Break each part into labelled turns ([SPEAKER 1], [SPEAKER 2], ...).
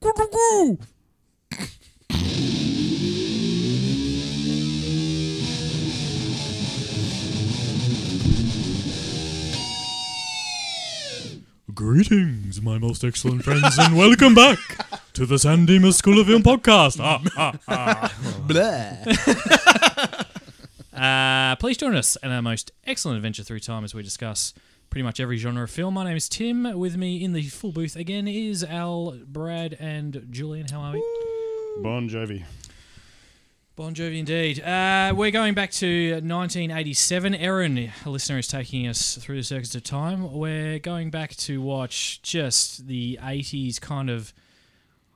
[SPEAKER 1] Super Glue.
[SPEAKER 2] Greetings, my most excellent friends, and welcome back to the San Dimas School of Film podcast. Ah, ah.
[SPEAKER 3] Uh, please join us in our most excellent adventure through time as we discuss pretty much every genre of film. My name is Tim. With me in the full booth again is Al, Brad, and Julian. How are we?
[SPEAKER 4] Bon Jovi.
[SPEAKER 3] Bon Jovi, indeed. Uh, we're going back to 1987. Erin, a listener, is taking us through the circuits of time. We're going back to watch just the 80s kind of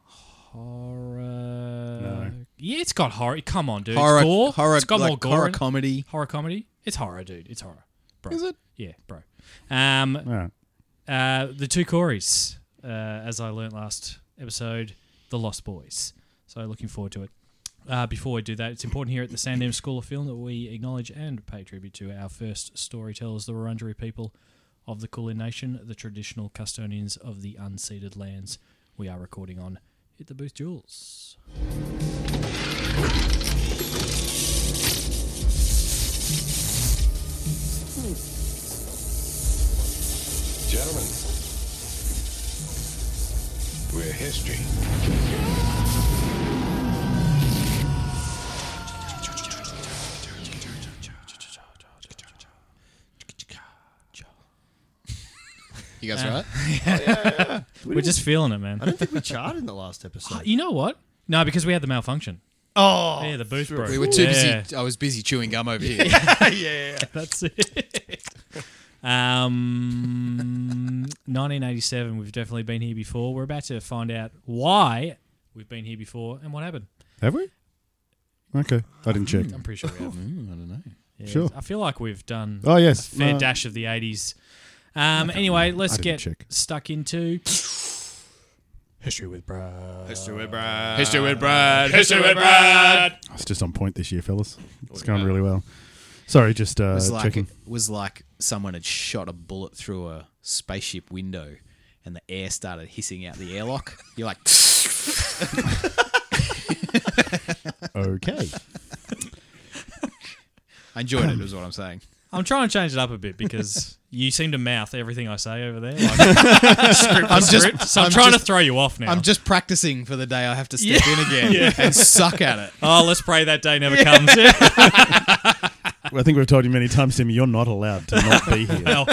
[SPEAKER 3] horror. Yeah, it's got horror. Come on, dude. It's
[SPEAKER 1] Horror,
[SPEAKER 3] gore.
[SPEAKER 1] horror,
[SPEAKER 3] it's got
[SPEAKER 1] like
[SPEAKER 3] more gore.
[SPEAKER 1] horror
[SPEAKER 3] in-
[SPEAKER 1] comedy.
[SPEAKER 3] Horror comedy? It's horror, dude. It's horror. Bro.
[SPEAKER 1] Is it?
[SPEAKER 3] Yeah, bro. Um,
[SPEAKER 4] Yeah.
[SPEAKER 3] uh, the two Corys, uh, as I learnt last episode, the Lost Boys. So looking forward to it. Uh, before we do that, it's important here at the Sandham School of Film that we acknowledge and pay tribute to our first storytellers, the Wurundjeri people of the Kulin Nation, the traditional custodians of the unceded lands we are recording on. Hit the booth, Jules.
[SPEAKER 5] Gentlemen, we're history.
[SPEAKER 1] You guys right?
[SPEAKER 3] We're just feeling it, man.
[SPEAKER 6] I don't think we charted in the last episode.
[SPEAKER 3] You know what? No, because we had the malfunction.
[SPEAKER 6] Oh,
[SPEAKER 3] Yeah, the booth broke.
[SPEAKER 1] We were too
[SPEAKER 3] Yeah.
[SPEAKER 1] busy. I was busy chewing gum over here.
[SPEAKER 3] That's it. um, 1987. We've definitely been here before. We're about to find out why we've been here before and what happened.
[SPEAKER 4] Have we? Okay. I didn't check.
[SPEAKER 3] I'm pretty sure we have. Yeah,
[SPEAKER 4] Sure.
[SPEAKER 3] I feel like we've done
[SPEAKER 4] Oh, yes.
[SPEAKER 3] a fair
[SPEAKER 4] No.
[SPEAKER 3] dash of the 80s. Um, anyway, let's
[SPEAKER 4] didn't
[SPEAKER 3] get
[SPEAKER 4] check.
[SPEAKER 3] stuck into.
[SPEAKER 1] History with Brad. History with Brad.
[SPEAKER 4] Uh, It's just on point this year, fellas. It's going really well. Sorry, just uh,
[SPEAKER 1] It was like
[SPEAKER 4] checking.
[SPEAKER 1] it was like someone had shot a bullet through a spaceship window, and the air started hissing out the airlock. You're like,
[SPEAKER 4] Okay.
[SPEAKER 1] I enjoyed it. Is what I'm saying.
[SPEAKER 3] I'm trying to change it up a bit because you seem to mouth everything I say over there. Like,
[SPEAKER 1] I'm
[SPEAKER 3] script. So I'm, trying to throw you off now.
[SPEAKER 1] I'm just practicing for the day I have to step in again and suck at it.
[SPEAKER 3] oh, let's pray that day never comes.
[SPEAKER 4] I think we've told you many times, Tim, you're not allowed to not be here.
[SPEAKER 3] Well,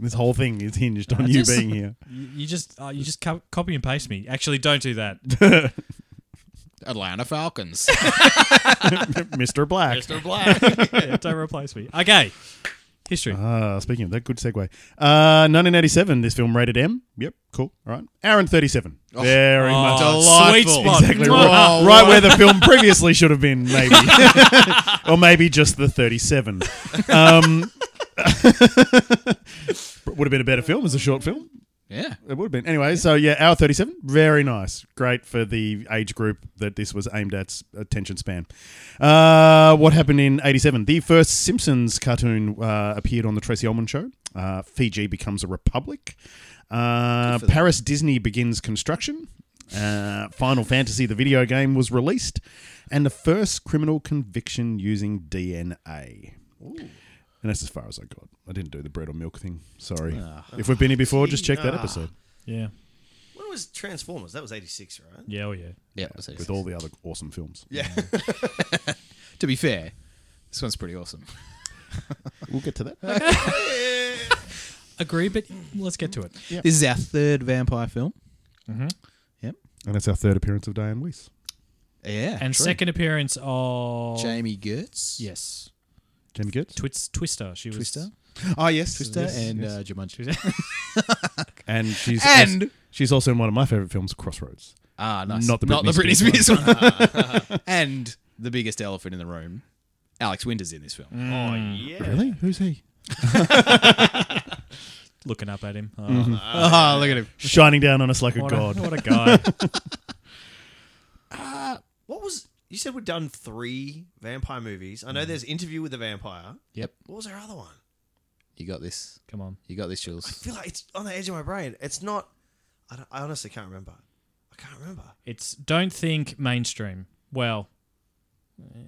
[SPEAKER 4] this whole thing is hinged on you
[SPEAKER 3] just-
[SPEAKER 4] being here.
[SPEAKER 3] You just uh, you just co- copy and paste me. Actually, don't do that.
[SPEAKER 1] Atlanta Falcons.
[SPEAKER 4] Mr. Black.
[SPEAKER 3] Yeah, don't replace me. Okay, history.
[SPEAKER 4] Ah, speaking of that, good segue. Uh, 1987, this film rated M. Yep, cool. All right. Hour and 37. Very
[SPEAKER 3] Oh,
[SPEAKER 4] much.
[SPEAKER 3] sweet
[SPEAKER 1] Delightful.
[SPEAKER 3] spot.
[SPEAKER 4] Exactly
[SPEAKER 3] Mwah.
[SPEAKER 4] right. Right where the film previously should have been, maybe. or maybe just the 37. Um, would have been a better film as a short film.
[SPEAKER 1] Yeah.
[SPEAKER 4] It would have been. Anyway, so yeah, hour 37. Very nice. Great for the age group that this was aimed at's attention span. Uh, what happened in 87? The first Simpsons cartoon uh, appeared on The Tracy Ullman Show. Uh, Fiji becomes a republic. Uh, Paris Disney begins construction. Uh, Final Fantasy, the video game, was released. And the first criminal conviction using DNA. And that's as far as I got. I didn't do the bread or milk thing. Sorry. if we've been here before, just check that
[SPEAKER 6] Ah.
[SPEAKER 4] episode.
[SPEAKER 3] Yeah,
[SPEAKER 6] when was Transformers? That was eighty six, right?
[SPEAKER 3] yeah, oh yeah.
[SPEAKER 1] Yeah.
[SPEAKER 4] with all the other awesome films. Yeah,
[SPEAKER 1] to be fair, this one's pretty awesome.
[SPEAKER 4] we'll get to that.
[SPEAKER 3] Agree, but let's get to it.
[SPEAKER 1] This is our third vampire film.
[SPEAKER 4] and it's our third appearance of Diane Weiss.
[SPEAKER 1] Yeah.
[SPEAKER 3] And
[SPEAKER 1] true.
[SPEAKER 3] second appearance of
[SPEAKER 1] Jamie Gertz.
[SPEAKER 3] yes,
[SPEAKER 4] Jamie Gertz
[SPEAKER 3] Twits, Twister. She was
[SPEAKER 1] Twister.
[SPEAKER 4] Oh yes,
[SPEAKER 1] Twister and uh, Jumanji.
[SPEAKER 4] and she's
[SPEAKER 1] And-
[SPEAKER 4] as- she's also in one of my favorite films, Crossroads.
[SPEAKER 1] Ah, nice.
[SPEAKER 4] Not the Britney Spears
[SPEAKER 1] Spears one. and the biggest elephant in the room, Alex Winter's in this film.
[SPEAKER 6] Oh yeah.
[SPEAKER 4] Really? Who's he?
[SPEAKER 3] Looking up at him. Oh,
[SPEAKER 1] Ah, look at him.
[SPEAKER 4] Shining down on us like a
[SPEAKER 3] what,
[SPEAKER 4] Mm-hmm. god.
[SPEAKER 3] A, what a guy.
[SPEAKER 6] What was? You said we'd done three vampire movies. I know there's Interview with the Vampire.
[SPEAKER 1] Yep.
[SPEAKER 6] What was our other one?
[SPEAKER 1] You got this.
[SPEAKER 3] Come on.
[SPEAKER 1] You got this,
[SPEAKER 6] I
[SPEAKER 1] Jules.
[SPEAKER 6] feel like it's on the edge of my brain. It's not. I, don't, I honestly can't remember. I can't remember.
[SPEAKER 3] It's don't think mainstream. Well, uh,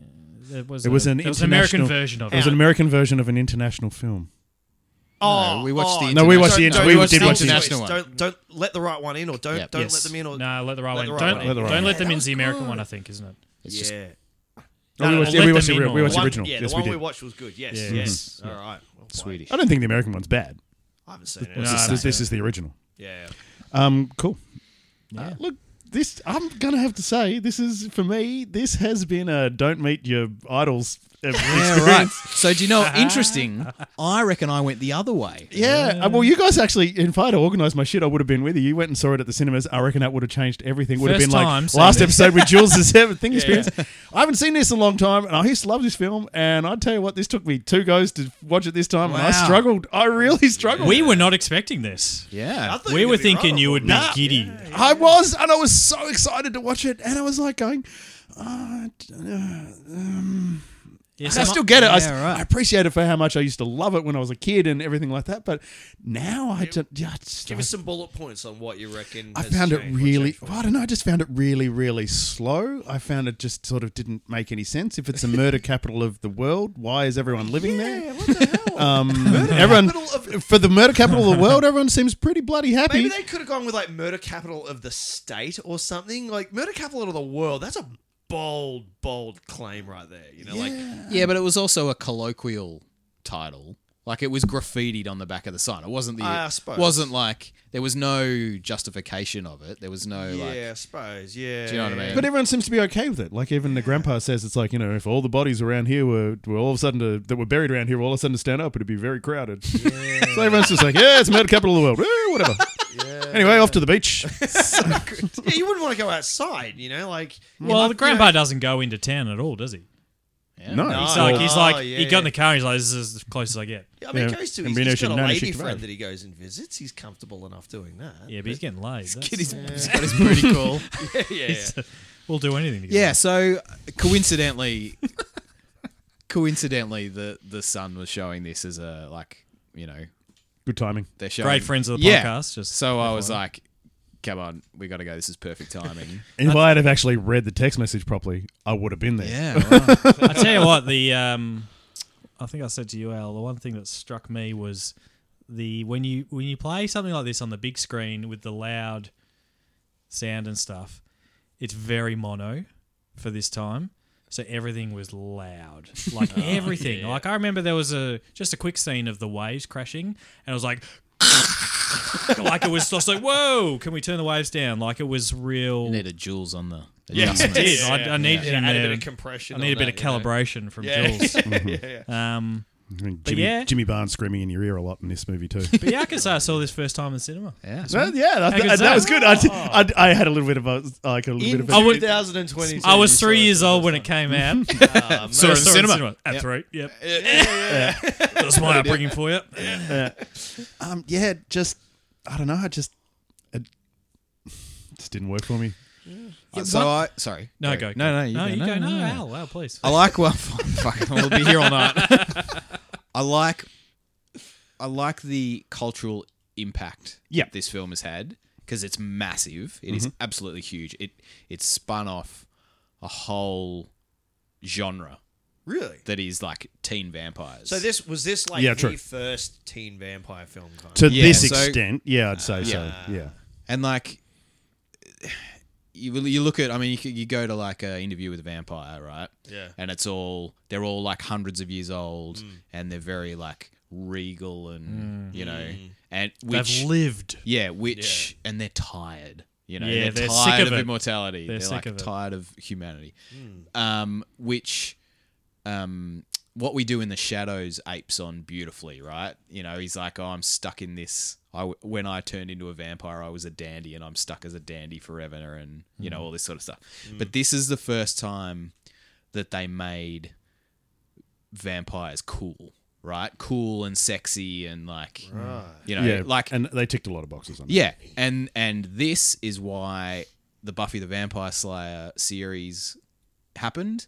[SPEAKER 3] there was
[SPEAKER 4] It
[SPEAKER 3] a-
[SPEAKER 4] was an
[SPEAKER 3] there was an American
[SPEAKER 4] international-
[SPEAKER 3] version of
[SPEAKER 4] It was
[SPEAKER 3] it.
[SPEAKER 4] an American version of an international film.
[SPEAKER 6] Oh,
[SPEAKER 1] No, we watched the
[SPEAKER 4] No, we watched
[SPEAKER 1] international-
[SPEAKER 4] the
[SPEAKER 1] no,
[SPEAKER 4] we
[SPEAKER 1] watched
[SPEAKER 4] did
[SPEAKER 1] the
[SPEAKER 4] watch the
[SPEAKER 1] international one.
[SPEAKER 6] Don't don't let the right one in, or don't
[SPEAKER 1] Yep.
[SPEAKER 6] don't
[SPEAKER 3] Yes.
[SPEAKER 6] let them in, or
[SPEAKER 3] no, let the right
[SPEAKER 6] Let
[SPEAKER 3] one.
[SPEAKER 6] the right
[SPEAKER 3] don't
[SPEAKER 6] one in.
[SPEAKER 3] let,
[SPEAKER 4] Let the right
[SPEAKER 3] don't
[SPEAKER 4] one
[SPEAKER 3] let
[SPEAKER 6] in.
[SPEAKER 3] them
[SPEAKER 6] That
[SPEAKER 3] in
[SPEAKER 6] was
[SPEAKER 3] the American
[SPEAKER 6] good.
[SPEAKER 3] one. I think isn't it?
[SPEAKER 1] It's
[SPEAKER 6] yeah.
[SPEAKER 1] just
[SPEAKER 4] No, we
[SPEAKER 3] no,
[SPEAKER 4] watched,
[SPEAKER 3] let
[SPEAKER 4] we
[SPEAKER 3] them
[SPEAKER 4] watched the
[SPEAKER 3] in
[SPEAKER 4] re-
[SPEAKER 3] on.
[SPEAKER 4] we watched
[SPEAKER 3] It's
[SPEAKER 6] The
[SPEAKER 4] the
[SPEAKER 6] one-
[SPEAKER 4] original.
[SPEAKER 6] Yeah,
[SPEAKER 4] yes,
[SPEAKER 6] the
[SPEAKER 4] we
[SPEAKER 6] one we
[SPEAKER 4] did.
[SPEAKER 6] watched was good. Yes,
[SPEAKER 3] Yeah.
[SPEAKER 6] yes. All right. Well,
[SPEAKER 1] Swedish.
[SPEAKER 4] I don't think the American one's bad.
[SPEAKER 6] I haven't seen it.
[SPEAKER 3] No,
[SPEAKER 4] This-
[SPEAKER 3] I don't
[SPEAKER 4] this, this is the original.
[SPEAKER 6] Yeah.
[SPEAKER 4] Um, cool. Uh, look, this I'm gonna have to say this is for me. This has been a don't meet your idols uh,
[SPEAKER 1] Yeah,
[SPEAKER 4] experience.
[SPEAKER 1] right. So do you know what? Interesting. I reckon I went the other way.
[SPEAKER 4] Yeah. uh, Well, you guys actually, if I had organised my shit, I would have been with you. You went and saw it at the cinemas. I reckon that would have changed everything. Would
[SPEAKER 3] First
[SPEAKER 4] have been
[SPEAKER 3] time
[SPEAKER 4] like
[SPEAKER 3] seeing
[SPEAKER 4] last
[SPEAKER 3] this.
[SPEAKER 4] episode with Jules' thing experience. I haven't seen this in a long time, and I used to love this film. And I tell you what, this took me two goes to watch it this time, and I
[SPEAKER 1] Wow.
[SPEAKER 4] struggled. I really struggled.
[SPEAKER 3] We were not expecting this.
[SPEAKER 1] Yeah.
[SPEAKER 6] I thought
[SPEAKER 3] We
[SPEAKER 6] you'd
[SPEAKER 3] were
[SPEAKER 6] be
[SPEAKER 3] thinking you
[SPEAKER 6] vulnerable.
[SPEAKER 3] would be
[SPEAKER 4] Nah.
[SPEAKER 3] giddy.
[SPEAKER 4] I was, and I was so excited to watch it, and I was like going. Uh, d- uh,
[SPEAKER 3] Yes,
[SPEAKER 4] And I
[SPEAKER 3] I'm-
[SPEAKER 4] still get it. I, s-
[SPEAKER 1] Yeah, right.
[SPEAKER 4] I appreciate it for how much I used to love it when I was a kid and everything like that. But now I just, I just-
[SPEAKER 6] Give us some bullet points on what you reckon.
[SPEAKER 4] I
[SPEAKER 6] has
[SPEAKER 4] found it
[SPEAKER 6] changed, what
[SPEAKER 4] really.
[SPEAKER 6] changed for
[SPEAKER 4] Well, I don't know. I just found it really, really slow. I found it just sort of didn't make any sense. If it's a murder capital of the world, why is everyone living there? What the hell? Um, everyone
[SPEAKER 6] capital
[SPEAKER 4] for the murder capital of the world. Everyone seems pretty bloody happy.
[SPEAKER 6] Maybe they could have gone with like murder capital of the state or something. Like murder capital of the world. That's a bold, bold claim right there. You know, like
[SPEAKER 1] Yeah, but it was also a colloquial title. Like it was graffitied on the back of the sign. It wasn't the.
[SPEAKER 6] I suppose.
[SPEAKER 1] Wasn't like there was no justification of it. There was no
[SPEAKER 6] yeah,
[SPEAKER 1] like.
[SPEAKER 6] I suppose. Yeah.
[SPEAKER 1] Do you know what I
[SPEAKER 6] yeah.
[SPEAKER 1] mean?
[SPEAKER 4] But everyone seems to be okay with it. Like even the grandpa says, it's like you know, if all the bodies around here were, were all of a sudden to, that were buried around here, were all of a sudden to stand up, it'd be very crowded. so everyone's just like, yeah, it's the murder capital of the world. Eh, whatever. Anyway, off to the beach.
[SPEAKER 6] yeah, you wouldn't want to go outside. You know, like you
[SPEAKER 3] Well,
[SPEAKER 6] love-
[SPEAKER 3] the
[SPEAKER 6] you
[SPEAKER 3] grandpa
[SPEAKER 6] know-
[SPEAKER 3] doesn't go into town at all, does he?
[SPEAKER 4] No,
[SPEAKER 3] He's
[SPEAKER 6] Oh,
[SPEAKER 3] like, he's like,
[SPEAKER 6] yeah,
[SPEAKER 3] he got in the
[SPEAKER 6] yeah.
[SPEAKER 3] car. and He's like, this is as close as I get.
[SPEAKER 6] I mean, he
[SPEAKER 4] Yeah,
[SPEAKER 6] goes to.
[SPEAKER 4] and
[SPEAKER 6] He's,
[SPEAKER 4] Bino
[SPEAKER 6] he's got a
[SPEAKER 4] Shinano
[SPEAKER 6] lady
[SPEAKER 4] Shikimura.
[SPEAKER 6] friend that he goes and visits. He's comfortable enough doing that.
[SPEAKER 3] Yeah, but he's getting laid.
[SPEAKER 1] Kid
[SPEAKER 3] That's-
[SPEAKER 1] is, he's got his booty call.
[SPEAKER 6] yeah, yeah. yeah.
[SPEAKER 3] he's- We'll do anything. To get
[SPEAKER 1] yeah. So coincidentally, coincidentally, the the sun was showing this as a like you know
[SPEAKER 4] Good timing.
[SPEAKER 1] they're
[SPEAKER 3] laid.
[SPEAKER 1] showing
[SPEAKER 3] Great friends of the
[SPEAKER 1] Yeah.
[SPEAKER 3] podcast. Just
[SPEAKER 1] So I was like, come on, we got to go. This is perfect timing.
[SPEAKER 4] If I had have actually read the text message properly, I would have been there.
[SPEAKER 1] yeah. Right.
[SPEAKER 3] I tell you what, the um, I think I said to you, Al, the one thing that struck me was the when you when you play something like this on the big screen with the loud sound and stuff, it's very mono for this time. So everything was loud, like
[SPEAKER 6] Oh,
[SPEAKER 3] everything. Like I remember there was a just a quick scene of the waves crashing, and it was like. like it was just like whoa! Can we turn the waves down? Like it was real.
[SPEAKER 1] You need a Jules on the.
[SPEAKER 3] Yeah, it
[SPEAKER 1] adjustments.
[SPEAKER 3] did. I, I needed
[SPEAKER 6] Yeah,
[SPEAKER 3] him
[SPEAKER 6] add a
[SPEAKER 3] there.
[SPEAKER 6] bit of compression.
[SPEAKER 3] I need a
[SPEAKER 6] on
[SPEAKER 3] bit of
[SPEAKER 6] that, you know.
[SPEAKER 3] calibration from
[SPEAKER 6] Yeah.
[SPEAKER 3] Jules.
[SPEAKER 6] yeah, yeah.
[SPEAKER 3] Um,
[SPEAKER 4] I mean, Jimmy,
[SPEAKER 3] yeah.
[SPEAKER 4] Jimmy Barnes screaming in your ear a lot in this movie too.
[SPEAKER 3] but yeah, I can say I saw this first time in cinema.
[SPEAKER 1] Yeah.
[SPEAKER 4] Well, yeah, that,
[SPEAKER 3] How good's
[SPEAKER 4] that,
[SPEAKER 3] that?
[SPEAKER 4] was good. I, did- I, d- I had a little bit of a, like a little bit
[SPEAKER 6] In
[SPEAKER 4] of
[SPEAKER 3] I
[SPEAKER 4] a,
[SPEAKER 3] would-
[SPEAKER 6] 2022,
[SPEAKER 3] I was
[SPEAKER 6] you
[SPEAKER 3] three
[SPEAKER 6] saw
[SPEAKER 3] years
[SPEAKER 6] for the
[SPEAKER 3] old when it
[SPEAKER 6] first
[SPEAKER 3] came out.
[SPEAKER 6] time. Ah,
[SPEAKER 3] So I saw it in
[SPEAKER 1] cinema.
[SPEAKER 3] cinema. At three. Yep. That's my upbringing for you.
[SPEAKER 4] um, yeah, just I don't know. I just it just didn't work for me.
[SPEAKER 1] so I sorry.
[SPEAKER 3] No, go.
[SPEAKER 1] No, no, you
[SPEAKER 3] no,
[SPEAKER 1] go.
[SPEAKER 3] you
[SPEAKER 1] No,
[SPEAKER 3] go.
[SPEAKER 1] no,
[SPEAKER 3] No,
[SPEAKER 1] no.
[SPEAKER 3] Al, Al, please.
[SPEAKER 1] I like well, fuck, we'll be here all night. I like, I like the cultural impact
[SPEAKER 4] Yeah.
[SPEAKER 1] this film has had because it's massive. It is
[SPEAKER 6] Mm-hmm.
[SPEAKER 1] absolutely huge. It it spun off a whole genre
[SPEAKER 6] Really?
[SPEAKER 1] that is like teen vampires.
[SPEAKER 6] So this was this like
[SPEAKER 4] Yeah,
[SPEAKER 6] the
[SPEAKER 4] true.
[SPEAKER 6] first teen vampire film kind
[SPEAKER 4] To
[SPEAKER 6] of?
[SPEAKER 1] Yeah,
[SPEAKER 4] this
[SPEAKER 1] so-
[SPEAKER 4] extent, yeah, I'd say
[SPEAKER 1] yeah.
[SPEAKER 4] so. Yeah,
[SPEAKER 1] and like you you look at I mean you, could- you go to like a interview with a vampire right
[SPEAKER 6] Yeah.
[SPEAKER 1] and it's all they're all like hundreds of years old and they're very like regal and you know and which
[SPEAKER 3] They've lived.
[SPEAKER 1] yeah which and they're tired you know
[SPEAKER 3] Yeah,
[SPEAKER 1] they're,
[SPEAKER 3] they're sick
[SPEAKER 1] tired
[SPEAKER 3] of
[SPEAKER 1] of,
[SPEAKER 3] it.
[SPEAKER 1] immortality
[SPEAKER 3] They're
[SPEAKER 1] they're,
[SPEAKER 3] sick
[SPEAKER 1] like
[SPEAKER 3] of it. Hmm.
[SPEAKER 1] tired of humanity um which um what we do in the shadows apes on beautifully, right? You know, he's like, "Oh, I'm stuck in this. I w- when I turned into a vampire, I was a dandy, and I'm stuck as a dandy forever, and you
[SPEAKER 3] Hmm.
[SPEAKER 1] know all this sort of stuff." But this is the first time that they made vampires cool, right? Cool and sexy, and like, you know,
[SPEAKER 4] yeah.
[SPEAKER 1] like
[SPEAKER 4] and they ticked a lot of boxes on. that.
[SPEAKER 1] yeah, and and this is why the Buffy the Vampire Slayer series happened.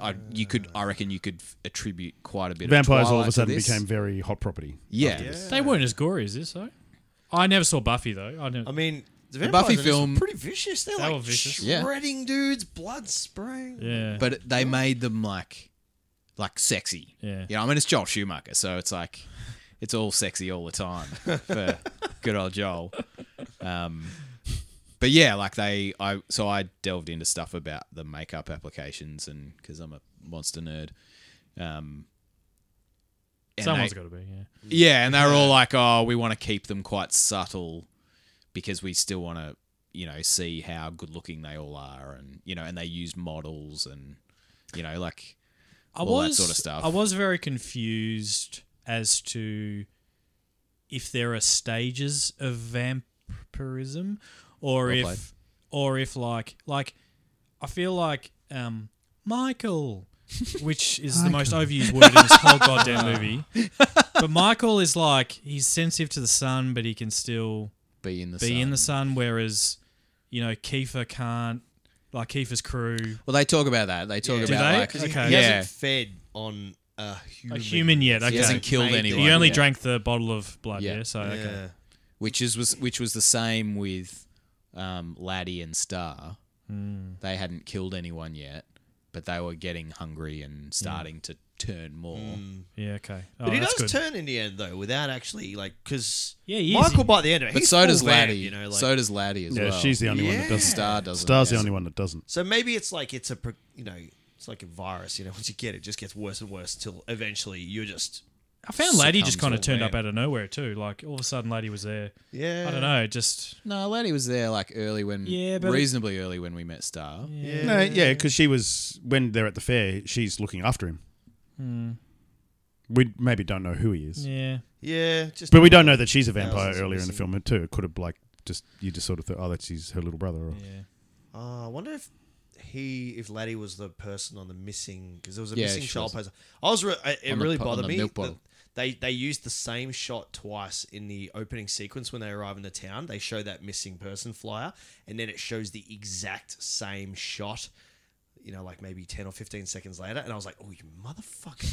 [SPEAKER 1] I you could I reckon you could f- attribute quite a bit.
[SPEAKER 4] vampires
[SPEAKER 1] of
[SPEAKER 4] all
[SPEAKER 1] Twilight
[SPEAKER 4] of a
[SPEAKER 1] to
[SPEAKER 4] sudden
[SPEAKER 1] this.
[SPEAKER 4] became very hot property.
[SPEAKER 1] yeah.
[SPEAKER 3] They weren't as gory as this, though. I never saw Buffy though. I never.
[SPEAKER 6] I mean, The,
[SPEAKER 1] Buffy
[SPEAKER 6] vampires in this were
[SPEAKER 1] film-
[SPEAKER 6] pretty vicious. They're
[SPEAKER 3] They
[SPEAKER 6] like
[SPEAKER 3] were vicious.
[SPEAKER 1] Yeah.
[SPEAKER 6] shredding dudes, blood spraying.
[SPEAKER 3] Yeah.
[SPEAKER 1] but it- they made them like like sexy.
[SPEAKER 3] Yeah.
[SPEAKER 1] You know, I mean it's Joel Schumacher, so it's like it's all sexy all the time for good old Joel. Um but yeah, like they I so I delved into stuff about the makeup applications and cuz I'm a monster nerd. Um and
[SPEAKER 3] Someone's
[SPEAKER 1] they-
[SPEAKER 3] got to be. Yeah.
[SPEAKER 1] yeah, and they're all like, "Oh, we want to keep them quite subtle because we still want to, you know, see how good looking they all are, and you know, and they use models and you know, like
[SPEAKER 3] I
[SPEAKER 1] all that sort of stuff.
[SPEAKER 3] I was very confused as to if there are stages of vampirism, or
[SPEAKER 1] Well
[SPEAKER 3] if,
[SPEAKER 1] played.
[SPEAKER 3] or if like like I feel like um, Michael, which is the most overused word in this whole goddamn movie, but Michael is like he's sensitive to the sun, but he can still
[SPEAKER 1] be in the
[SPEAKER 3] be
[SPEAKER 1] sun.
[SPEAKER 3] in the sun, whereas you know Kiefer can't. Like Kiefer's crew,
[SPEAKER 1] Well, they talk about that. They talk
[SPEAKER 6] Yeah.
[SPEAKER 1] about
[SPEAKER 3] Do they?
[SPEAKER 1] like,
[SPEAKER 6] Because he,
[SPEAKER 3] Okay.
[SPEAKER 6] he
[SPEAKER 1] yeah,
[SPEAKER 6] hasn't fed on a human.
[SPEAKER 3] a human yet. Okay.
[SPEAKER 1] he hasn't killed
[SPEAKER 6] Made
[SPEAKER 1] anyone.
[SPEAKER 3] He only
[SPEAKER 1] yeah.
[SPEAKER 3] drank the bottle of blood, yeah.
[SPEAKER 1] Yeah.
[SPEAKER 3] so
[SPEAKER 6] Yeah.
[SPEAKER 3] okay. Oh,
[SPEAKER 1] which is was which was the same with um, Laddie and Star.
[SPEAKER 3] Hmm.
[SPEAKER 1] They hadn't killed anyone yet, but they were getting hungry and
[SPEAKER 3] Hmm.
[SPEAKER 1] starting to turn more.
[SPEAKER 6] Hmm.
[SPEAKER 3] Yeah, okay. Oh,
[SPEAKER 6] But he
[SPEAKER 3] that's
[SPEAKER 6] does
[SPEAKER 3] good.
[SPEAKER 6] turn in the end though, without actually like because
[SPEAKER 3] Yeah, he is.
[SPEAKER 6] Michael by the end of it,
[SPEAKER 1] But
[SPEAKER 6] he's
[SPEAKER 1] so
[SPEAKER 6] full
[SPEAKER 1] does
[SPEAKER 6] van,
[SPEAKER 1] Laddie.
[SPEAKER 6] you know, like
[SPEAKER 1] so does Laddie as
[SPEAKER 4] Yeah,
[SPEAKER 1] well.
[SPEAKER 4] she's the only one that
[SPEAKER 6] Yeah.
[SPEAKER 4] doesn't.
[SPEAKER 1] Star doesn't.
[SPEAKER 4] Star's the
[SPEAKER 1] yeah.
[SPEAKER 4] only one that doesn't.
[SPEAKER 6] So maybe it's like it's a pro- you know it's like a virus. You know, once you get it, it just gets worse and worse until eventually you're just
[SPEAKER 3] I found Lady just kind
[SPEAKER 1] succumbs
[SPEAKER 3] of
[SPEAKER 1] all
[SPEAKER 3] turned up
[SPEAKER 1] round.
[SPEAKER 3] out of nowhere too. Like all of a sudden, Lady was there.
[SPEAKER 6] yeah.
[SPEAKER 3] I don't know. Just
[SPEAKER 1] No, Laddie was there like early when,
[SPEAKER 3] Yeah, but-
[SPEAKER 1] reasonably early when we met Star.
[SPEAKER 6] Yeah.
[SPEAKER 4] No, yeah, because she was when they're at the fair, she's looking after him. We maybe don't know who he is,
[SPEAKER 3] mm, yeah,
[SPEAKER 6] Yeah, just
[SPEAKER 4] but we don't know that she's a vampire
[SPEAKER 6] Thousands
[SPEAKER 4] earlier in the
[SPEAKER 6] missing.
[SPEAKER 4] film too. It could have like just you just sort of thought, oh, that's his her little brother. Or,
[SPEAKER 3] yeah.
[SPEAKER 6] Uh, I wonder if he, if Laddie was the person on the missing because there was a
[SPEAKER 1] Yeah,
[SPEAKER 6] missing
[SPEAKER 1] she
[SPEAKER 6] child
[SPEAKER 1] was.
[SPEAKER 6] poster. I was, re- I, it
[SPEAKER 1] On the
[SPEAKER 6] really
[SPEAKER 1] po- on
[SPEAKER 6] bothered
[SPEAKER 1] the
[SPEAKER 6] me.
[SPEAKER 1] milk
[SPEAKER 6] that
[SPEAKER 1] bottle.
[SPEAKER 6] they they used the same shot twice in the opening sequence when they arrive in the town. They show that missing person flyer, and then it shows the exact same shot. You know, like maybe ten or fifteen seconds later, and I was like, "Oh, you motherfucker,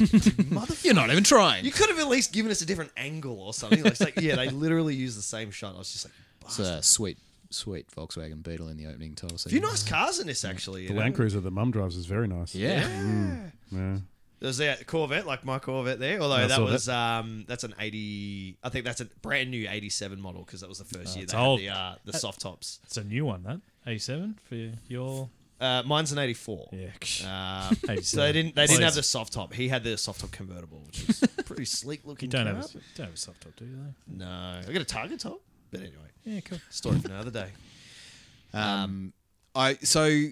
[SPEAKER 6] you motherfucker!"
[SPEAKER 1] You're not even trying.
[SPEAKER 6] You could have at least given us a different angle or something. Like, it's like yeah, they literally used the same shot. I was just like,
[SPEAKER 1] It's
[SPEAKER 6] Bastard.
[SPEAKER 1] a sweet, sweet Volkswagen Beetle in the opening title
[SPEAKER 6] a
[SPEAKER 1] scene.
[SPEAKER 6] few nice cars in this actually.
[SPEAKER 4] the
[SPEAKER 6] you know?
[SPEAKER 4] Land Cruiser that Mum drives is very nice.
[SPEAKER 1] Yeah.
[SPEAKER 4] Yeah.
[SPEAKER 6] There's that Corvette, like my Corvette there. Although
[SPEAKER 4] I
[SPEAKER 6] that
[SPEAKER 4] saw
[SPEAKER 6] was um, that's an eighty. I think that's a brand new eighty-seven model because that was the first year
[SPEAKER 3] it's
[SPEAKER 6] they
[SPEAKER 3] old.
[SPEAKER 6] had the uh, the soft tops.
[SPEAKER 3] It's a new one that eighty-seven for your
[SPEAKER 6] Uh, mine's an eighty-four.
[SPEAKER 3] yeah.
[SPEAKER 6] Uh, so
[SPEAKER 3] 87.
[SPEAKER 6] they didn't they didn't
[SPEAKER 3] Please.
[SPEAKER 6] have the soft top. He had the soft top convertible, which is pretty sleek looking.
[SPEAKER 3] You don't have
[SPEAKER 6] car.
[SPEAKER 3] a, don't have a soft top, do you? Though?
[SPEAKER 6] no. I got a Target top, but anyway,
[SPEAKER 3] Yeah, cool.
[SPEAKER 6] story for another day.
[SPEAKER 1] Um, I so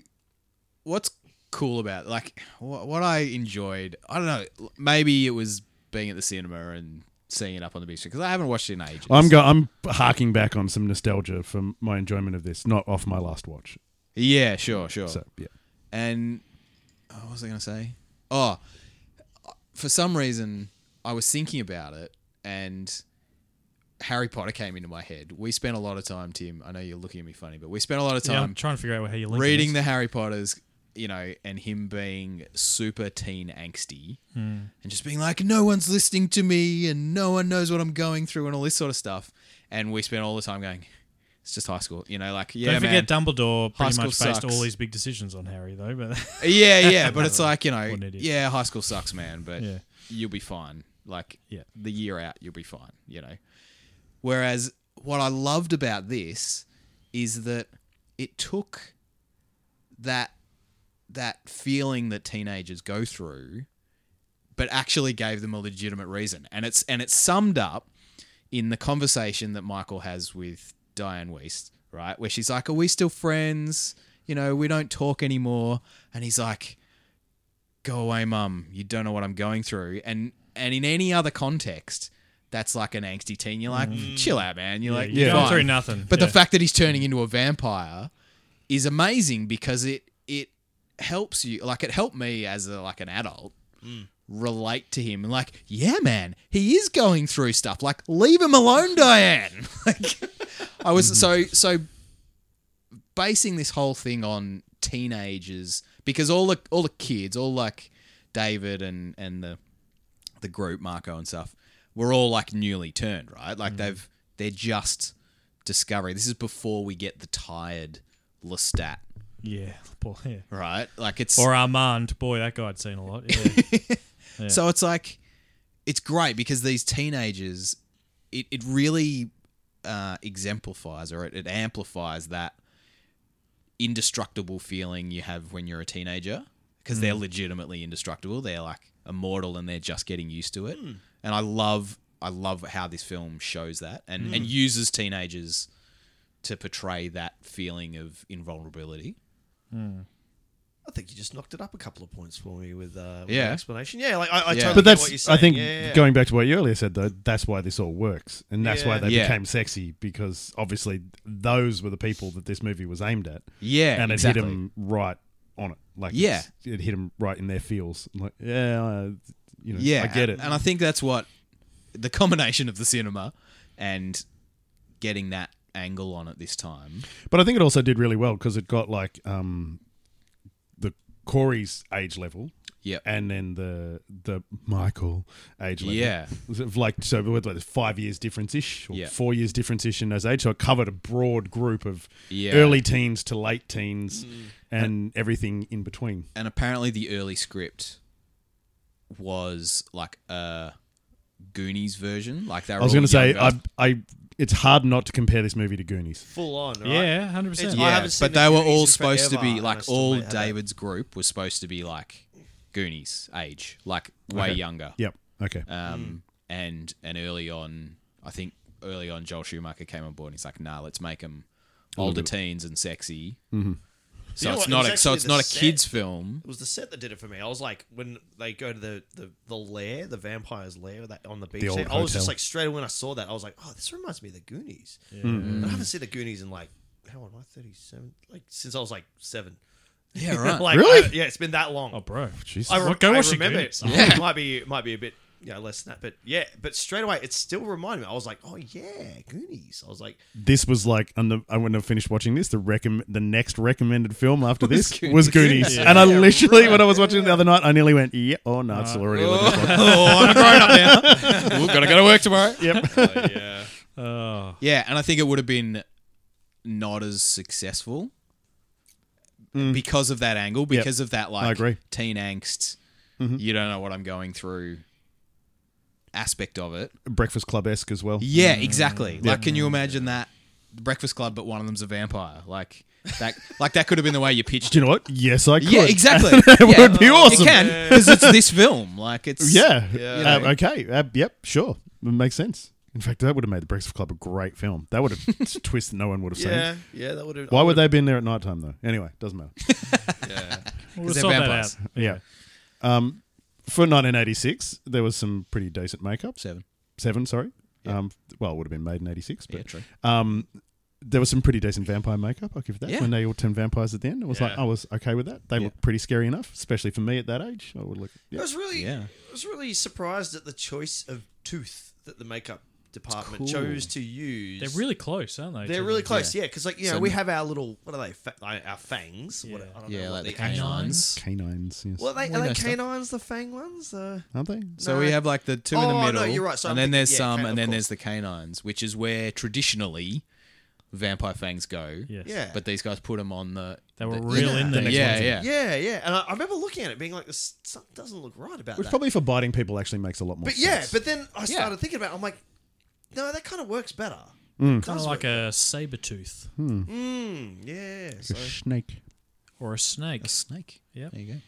[SPEAKER 1] what's cool about like what, what I enjoyed? I don't know. Maybe it was being at the cinema and seeing it up on the big screen because I haven't watched it in ages.
[SPEAKER 4] I'm go- I'm harking back on some nostalgia from my enjoyment of this, not off my last watch.
[SPEAKER 1] yeah, sure, sure.
[SPEAKER 4] So yeah,
[SPEAKER 1] and oh, what was I going to say? Oh, for some reason, I was thinking about it, and Harry Potter came into my head. We spent a lot of time, Tim. I know you're looking at me funny, but we spent a lot of
[SPEAKER 3] Yeah, I'm
[SPEAKER 1] time
[SPEAKER 3] trying to figure out how you link
[SPEAKER 1] reading the Harry Potters, you know, and him being super teen angsty
[SPEAKER 3] Hmm.
[SPEAKER 1] and just being like, no one's listening to me and no one knows what I'm going through and all this sort of stuff. And we spent all the time going, it's just high school, you know, like, yeah,
[SPEAKER 3] Don't
[SPEAKER 1] man.
[SPEAKER 3] forget Dumbledore
[SPEAKER 1] High
[SPEAKER 3] pretty
[SPEAKER 1] school
[SPEAKER 3] much based
[SPEAKER 1] sucks.
[SPEAKER 3] all his big decisions on Harry though. But
[SPEAKER 1] Yeah, yeah, but it's like you know,
[SPEAKER 3] an idiot.
[SPEAKER 1] yeah, high school sucks, man, but
[SPEAKER 3] Yeah.
[SPEAKER 1] you'll be fine. Like
[SPEAKER 3] Yeah.
[SPEAKER 1] the year out, you'll be fine. You know. Whereas what I loved about this is that it took that that feeling that teenagers go through, but actually gave them a legitimate reason, and it's and it's summed up in the conversation that Michael has with Diane Weist, right? Where she's like, Are we still friends? You know, we don't talk anymore. And he's like, Go away, mum. You don't know what I'm going through. And and in any other context, that's like an angsty teen. You're like, chill out, man. You're like,
[SPEAKER 3] Mm. you're
[SPEAKER 1] "You're
[SPEAKER 3] going
[SPEAKER 1] fine."
[SPEAKER 3] through nothing.
[SPEAKER 1] But
[SPEAKER 3] Yeah.
[SPEAKER 1] the fact that he's turning into a vampire is amazing because it it helps you like it helped me as a, like an adult
[SPEAKER 3] Mm.
[SPEAKER 1] relate to him and like yeah man he is going through stuff like leave him alone Diane like I was so
[SPEAKER 3] Mm.
[SPEAKER 1] so basing this whole thing on teenagers because all the all the kids all like David and and the the group Marco and stuff were all like newly turned right like they've they're just Discovery. This is before we get the tired Lestat,
[SPEAKER 3] Yeah, boy, yeah.
[SPEAKER 1] right? Like it's
[SPEAKER 3] Or Armand, boy, that guy had seen a lot. Yeah.
[SPEAKER 1] So it's like, it's great because these teenagers, it, it really uh, exemplifies or it, it amplifies that indestructible feeling you have when you're a teenager because they're legitimately indestructible. They're like immortal and they're just getting used to it. And I love, I love how this film shows that and, and uses teenagers to portray that feeling of invulnerability.
[SPEAKER 6] I think you just knocked it up a couple of points for me with, uh, with
[SPEAKER 1] Yeah.
[SPEAKER 6] that explanation. Yeah, like I, I
[SPEAKER 1] Yeah. But
[SPEAKER 4] But
[SPEAKER 6] totally get what you're
[SPEAKER 4] that's,
[SPEAKER 6] saying.
[SPEAKER 4] I think,
[SPEAKER 6] Yeah, yeah, yeah.
[SPEAKER 4] going back to what you earlier said, though, that's why this all works, and that's why
[SPEAKER 6] Yeah.
[SPEAKER 4] they
[SPEAKER 1] Yeah.
[SPEAKER 4] became sexy because obviously those were the people that this movie was aimed at,
[SPEAKER 1] Yeah,
[SPEAKER 4] and it
[SPEAKER 1] exactly.
[SPEAKER 4] hit them right on it. Like,
[SPEAKER 1] Yeah.
[SPEAKER 4] it's- it hit them right in their feels. Like, yeah, uh, you know,
[SPEAKER 1] Yeah,
[SPEAKER 4] I get it.
[SPEAKER 1] and I think that's what the combination of the cinema and getting that angle on it this time.
[SPEAKER 4] But I think it also did really well because it got like um, the Corey's age level
[SPEAKER 1] Yep.
[SPEAKER 4] and then the the Michael age level.
[SPEAKER 1] Yeah.
[SPEAKER 4] Sort of like so, we like five years difference ish or
[SPEAKER 1] Yeah.
[SPEAKER 4] four years difference ish in those age. So it covered a broad group of
[SPEAKER 1] Yeah. Mm.
[SPEAKER 4] early teens to late teens and, everything in between.
[SPEAKER 1] And apparently the early script was like a Goonies version. Like they were
[SPEAKER 4] I was
[SPEAKER 1] going to
[SPEAKER 4] say I I it's hard not to compare this movie to Goonies.
[SPEAKER 6] full on. Right?
[SPEAKER 3] yeah, hundred
[SPEAKER 6] It's-
[SPEAKER 3] percent.
[SPEAKER 6] I
[SPEAKER 1] yeah,
[SPEAKER 6] haven't seen
[SPEAKER 1] but
[SPEAKER 6] the
[SPEAKER 1] they were
[SPEAKER 6] Goonies
[SPEAKER 1] all
[SPEAKER 6] in
[SPEAKER 1] supposed to
[SPEAKER 6] forever,
[SPEAKER 1] be
[SPEAKER 6] and I
[SPEAKER 1] like
[SPEAKER 6] still
[SPEAKER 1] all
[SPEAKER 6] might have it.
[SPEAKER 1] David's group was supposed to be like Goonies age, like way
[SPEAKER 4] Okay.
[SPEAKER 1] younger.
[SPEAKER 4] Yep. Okay.
[SPEAKER 1] Um, and and early on, I think early on, Joel Schumacher came on board. and He's like, "Nah, let's make them older teens and sexy." Mm-hmm. So
[SPEAKER 6] You know
[SPEAKER 1] it's
[SPEAKER 6] what?
[SPEAKER 1] not
[SPEAKER 6] It
[SPEAKER 1] a,
[SPEAKER 6] was
[SPEAKER 1] so it's not
[SPEAKER 6] actually
[SPEAKER 1] a
[SPEAKER 6] the set.
[SPEAKER 1] kids film.
[SPEAKER 6] It was the set that did it for me. I was like, when they go to the the, the lair, the vampire's lair, that on the beach.
[SPEAKER 4] old
[SPEAKER 6] there, I was
[SPEAKER 4] hotel. Hmm.
[SPEAKER 6] just like straight away when I saw that, I was like, oh, this reminds me of the Goonies. But I haven't seen the Goonies in like how old am I? Thirty seven? Like since I was like seven.
[SPEAKER 1] Yeah, right.
[SPEAKER 6] like,
[SPEAKER 4] Really?
[SPEAKER 6] I- yeah, it's been that long.
[SPEAKER 3] Oh, bro,
[SPEAKER 4] Jesus.
[SPEAKER 6] I, re-
[SPEAKER 3] go
[SPEAKER 6] I
[SPEAKER 3] watch the
[SPEAKER 6] remember
[SPEAKER 3] Goonies.
[SPEAKER 6] it. It might be it might be a bit you know, less than that, but yeah. But straight away, it still reminded me. I was like, oh yeah, Goonies. I was like,
[SPEAKER 4] this was like on the I wouldn't have finished watching this. The recomm the next recommended film after this
[SPEAKER 1] Goonies.
[SPEAKER 4] was Goonies,
[SPEAKER 3] Yeah.
[SPEAKER 4] and I
[SPEAKER 6] Yeah,
[SPEAKER 4] literally
[SPEAKER 6] right,
[SPEAKER 4] when I was watching it the other night, I nearly went, "Yeah, oh no, it's already." Uh,
[SPEAKER 1] oh, I'm grown up now. We've got to go to work tomorrow.
[SPEAKER 4] yep.
[SPEAKER 6] yeah,
[SPEAKER 3] oh,
[SPEAKER 1] Yeah, and I think it would have been not as successful because of that angle, because of that like
[SPEAKER 4] agree.
[SPEAKER 1] teen angst. You don't know what I'm going through. Aspect of it.
[SPEAKER 4] Breakfast Club esque as well.
[SPEAKER 1] Yeah, exactly. Like, can you imagine that The Breakfast Club, but one of them's a vampire? Like that, like that could have been the way you pitched it.
[SPEAKER 4] Do you know what? Yes, I could.
[SPEAKER 1] Yeah, exactly.
[SPEAKER 4] it
[SPEAKER 1] Yeah.
[SPEAKER 4] would be awesome.
[SPEAKER 1] You can because it's this film. Like it's
[SPEAKER 4] Yeah.
[SPEAKER 1] Yeah.
[SPEAKER 4] Um, okay. Uh, yep. Sure. It makes sense. In fact, that would have made the Breakfast Club a great film. That would have it's a twist that no one would have seen.
[SPEAKER 6] yeah, yeah. That would have.
[SPEAKER 4] Why would they have been there at night time though? Anyway, doesn't matter.
[SPEAKER 3] we'll
[SPEAKER 1] Because they're
[SPEAKER 3] sort that out.
[SPEAKER 1] vampires.
[SPEAKER 4] yeah. Um, for 1986, there was some pretty decent makeup.
[SPEAKER 1] seven.
[SPEAKER 4] seven, sorry. Um, well, it would have been made in '86, but
[SPEAKER 1] Yeah, true.
[SPEAKER 4] um, there was some pretty decent vampire makeup. I'll give it that.
[SPEAKER 1] Yeah.
[SPEAKER 4] When they all turned vampires at the end, I was like, I was okay with that. They
[SPEAKER 1] Yeah.
[SPEAKER 4] looked pretty scary enough, especially for me at that age. I would look.
[SPEAKER 6] I
[SPEAKER 4] Yeah.
[SPEAKER 6] was really,
[SPEAKER 1] Yeah.
[SPEAKER 6] I was really surprised at the choice of tooth that the makeup department
[SPEAKER 1] cool.
[SPEAKER 6] chose to use.
[SPEAKER 3] They're really close, aren't they?
[SPEAKER 6] they're
[SPEAKER 3] to
[SPEAKER 6] really
[SPEAKER 3] the-
[SPEAKER 6] close, yeah. Because like you know,
[SPEAKER 1] So-
[SPEAKER 6] we have our little, what are they? Fa- like, our fangs. What,
[SPEAKER 3] Yeah.
[SPEAKER 6] I don't
[SPEAKER 1] Yeah,
[SPEAKER 6] know
[SPEAKER 1] like
[SPEAKER 6] what
[SPEAKER 1] the
[SPEAKER 6] the actual-
[SPEAKER 1] canines.
[SPEAKER 4] Canines, yes.
[SPEAKER 6] Well, are they,
[SPEAKER 1] We
[SPEAKER 6] are
[SPEAKER 1] know
[SPEAKER 6] they
[SPEAKER 1] stuff.
[SPEAKER 6] canines, the fang ones? Uh, The
[SPEAKER 4] aren't they?
[SPEAKER 1] So
[SPEAKER 6] No.
[SPEAKER 1] we have like the two in
[SPEAKER 6] Oh,
[SPEAKER 1] the
[SPEAKER 6] no,
[SPEAKER 1] middle,
[SPEAKER 6] you're right. So
[SPEAKER 1] and
[SPEAKER 6] I'm
[SPEAKER 1] then
[SPEAKER 6] thinking-
[SPEAKER 1] there's
[SPEAKER 6] yeah,
[SPEAKER 1] some,
[SPEAKER 6] okay,
[SPEAKER 1] and then
[SPEAKER 6] of
[SPEAKER 1] there's the canines, which is where traditionally vampire fangs go.
[SPEAKER 3] Yes.
[SPEAKER 6] Yeah.
[SPEAKER 1] But these guys put them on the.
[SPEAKER 3] They were
[SPEAKER 1] the-
[SPEAKER 3] real in there.
[SPEAKER 1] Yeah, yeah,
[SPEAKER 6] yeah, yeah. And I, I remember looking at it, being like, this something doesn't look right about
[SPEAKER 4] Which
[SPEAKER 6] that.
[SPEAKER 4] probably for biting people actually makes a lot more
[SPEAKER 6] but
[SPEAKER 4] sense.
[SPEAKER 6] yeah, but then I
[SPEAKER 1] Yeah.
[SPEAKER 6] started thinking about, it, I'm like, no, that kind of works better.
[SPEAKER 1] Mm.
[SPEAKER 3] Kind of like a saber tooth
[SPEAKER 6] Mm, yeah. So,
[SPEAKER 4] a snake.
[SPEAKER 3] or a snake.
[SPEAKER 1] A snake.
[SPEAKER 3] Yep.
[SPEAKER 1] There you go.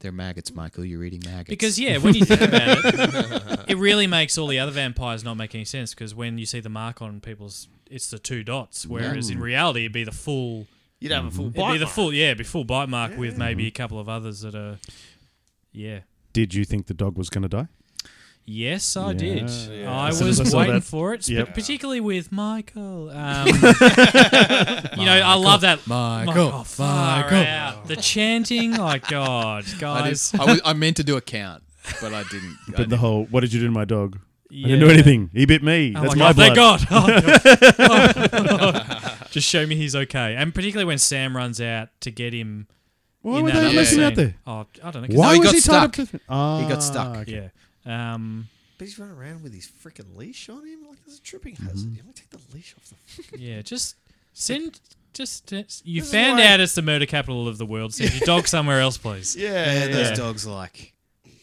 [SPEAKER 1] They're maggots, Michael. You're eating maggots.
[SPEAKER 3] Because yeah, when you think about it, it really makes all the other vampires not make any sense. Because when you see the mark on people's, it's the two dots. Whereas
[SPEAKER 6] Mm.
[SPEAKER 3] in reality, it'd be the full,
[SPEAKER 6] you'd have a full
[SPEAKER 3] it'd
[SPEAKER 6] bite.
[SPEAKER 3] be the
[SPEAKER 6] mark.
[SPEAKER 3] full, yeah, it'd be full bite mark with maybe a couple of others that are, yeah.
[SPEAKER 4] Did you think the dog was going to die?
[SPEAKER 3] Yes, I
[SPEAKER 4] Yeah.
[SPEAKER 3] did.
[SPEAKER 4] Yeah.
[SPEAKER 3] I
[SPEAKER 4] As soon as
[SPEAKER 3] was
[SPEAKER 4] I saw
[SPEAKER 3] waiting
[SPEAKER 4] that-
[SPEAKER 3] for it, sp-
[SPEAKER 4] Yep.
[SPEAKER 3] particularly with Michael. Um, you know, I love that.
[SPEAKER 1] Michael,
[SPEAKER 3] Michael, far
[SPEAKER 1] Michael.
[SPEAKER 3] out. The chanting, like God,
[SPEAKER 1] I,
[SPEAKER 3] guys.
[SPEAKER 1] did- I, was, I meant to do a count, but I didn't. I
[SPEAKER 4] But the
[SPEAKER 1] didn't.
[SPEAKER 4] whole, what did you do to my dog? I
[SPEAKER 3] Yeah.
[SPEAKER 4] didn't do anything. He bit me.
[SPEAKER 3] Oh
[SPEAKER 4] That's
[SPEAKER 3] my,
[SPEAKER 4] my, blood.
[SPEAKER 3] God. Thank God. Just show me he's okay. And particularly when Sam runs out to get him.
[SPEAKER 4] Why
[SPEAKER 3] in
[SPEAKER 4] were
[SPEAKER 3] that
[SPEAKER 4] they
[SPEAKER 3] other
[SPEAKER 4] messing
[SPEAKER 3] scene.
[SPEAKER 4] out there?
[SPEAKER 3] Oh, I don't know. 'cause
[SPEAKER 4] Why
[SPEAKER 1] he
[SPEAKER 4] was
[SPEAKER 1] got
[SPEAKER 4] he tied
[SPEAKER 1] stuck.
[SPEAKER 4] up? To... Ah,
[SPEAKER 1] got stuck.
[SPEAKER 3] that- Yeah. Um,
[SPEAKER 6] But he's running around with his freaking leash on him. Like there's a tripping hazard.
[SPEAKER 1] Mm-hmm.
[SPEAKER 6] You only take the leash off the.
[SPEAKER 3] Yeah, just send. Just uh, you
[SPEAKER 6] This is
[SPEAKER 3] found
[SPEAKER 6] why-
[SPEAKER 3] out it's the murder capital of the world. Send your dog somewhere else, please.
[SPEAKER 6] Yeah,
[SPEAKER 1] Yeah, those
[SPEAKER 3] yeah.
[SPEAKER 1] dogs are like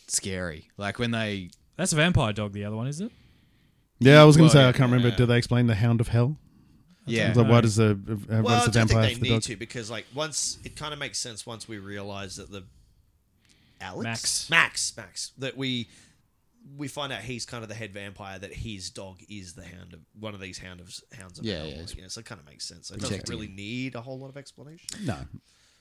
[SPEAKER 1] scary. Like when they
[SPEAKER 3] That's a vampire dog. The other one is it?
[SPEAKER 4] Yeah, I was going
[SPEAKER 1] Well,
[SPEAKER 4] to say
[SPEAKER 1] yeah,
[SPEAKER 4] I can't remember.
[SPEAKER 1] yeah.
[SPEAKER 4] Do they explain the Hound of Hell?
[SPEAKER 1] yeah.
[SPEAKER 4] It's Like, why does the uh, why
[SPEAKER 6] Well,
[SPEAKER 4] does
[SPEAKER 6] I
[SPEAKER 4] the
[SPEAKER 6] don't
[SPEAKER 4] vampire
[SPEAKER 6] think
[SPEAKER 4] have
[SPEAKER 6] they
[SPEAKER 4] the
[SPEAKER 6] need
[SPEAKER 4] dog?
[SPEAKER 6] to because like once it kind of makes sense once we realize that the Alex
[SPEAKER 3] Max.
[SPEAKER 6] Max Max that we we find out he's kind of the head vampire that his dog is the hound of one of these hound of hounds of
[SPEAKER 1] Yeah,
[SPEAKER 6] hell.
[SPEAKER 1] yeah,
[SPEAKER 6] like,
[SPEAKER 1] it's
[SPEAKER 6] you know, so it kind of makes sense. So it doesn't
[SPEAKER 1] protecting
[SPEAKER 6] really need a whole lot of explanation.
[SPEAKER 4] No,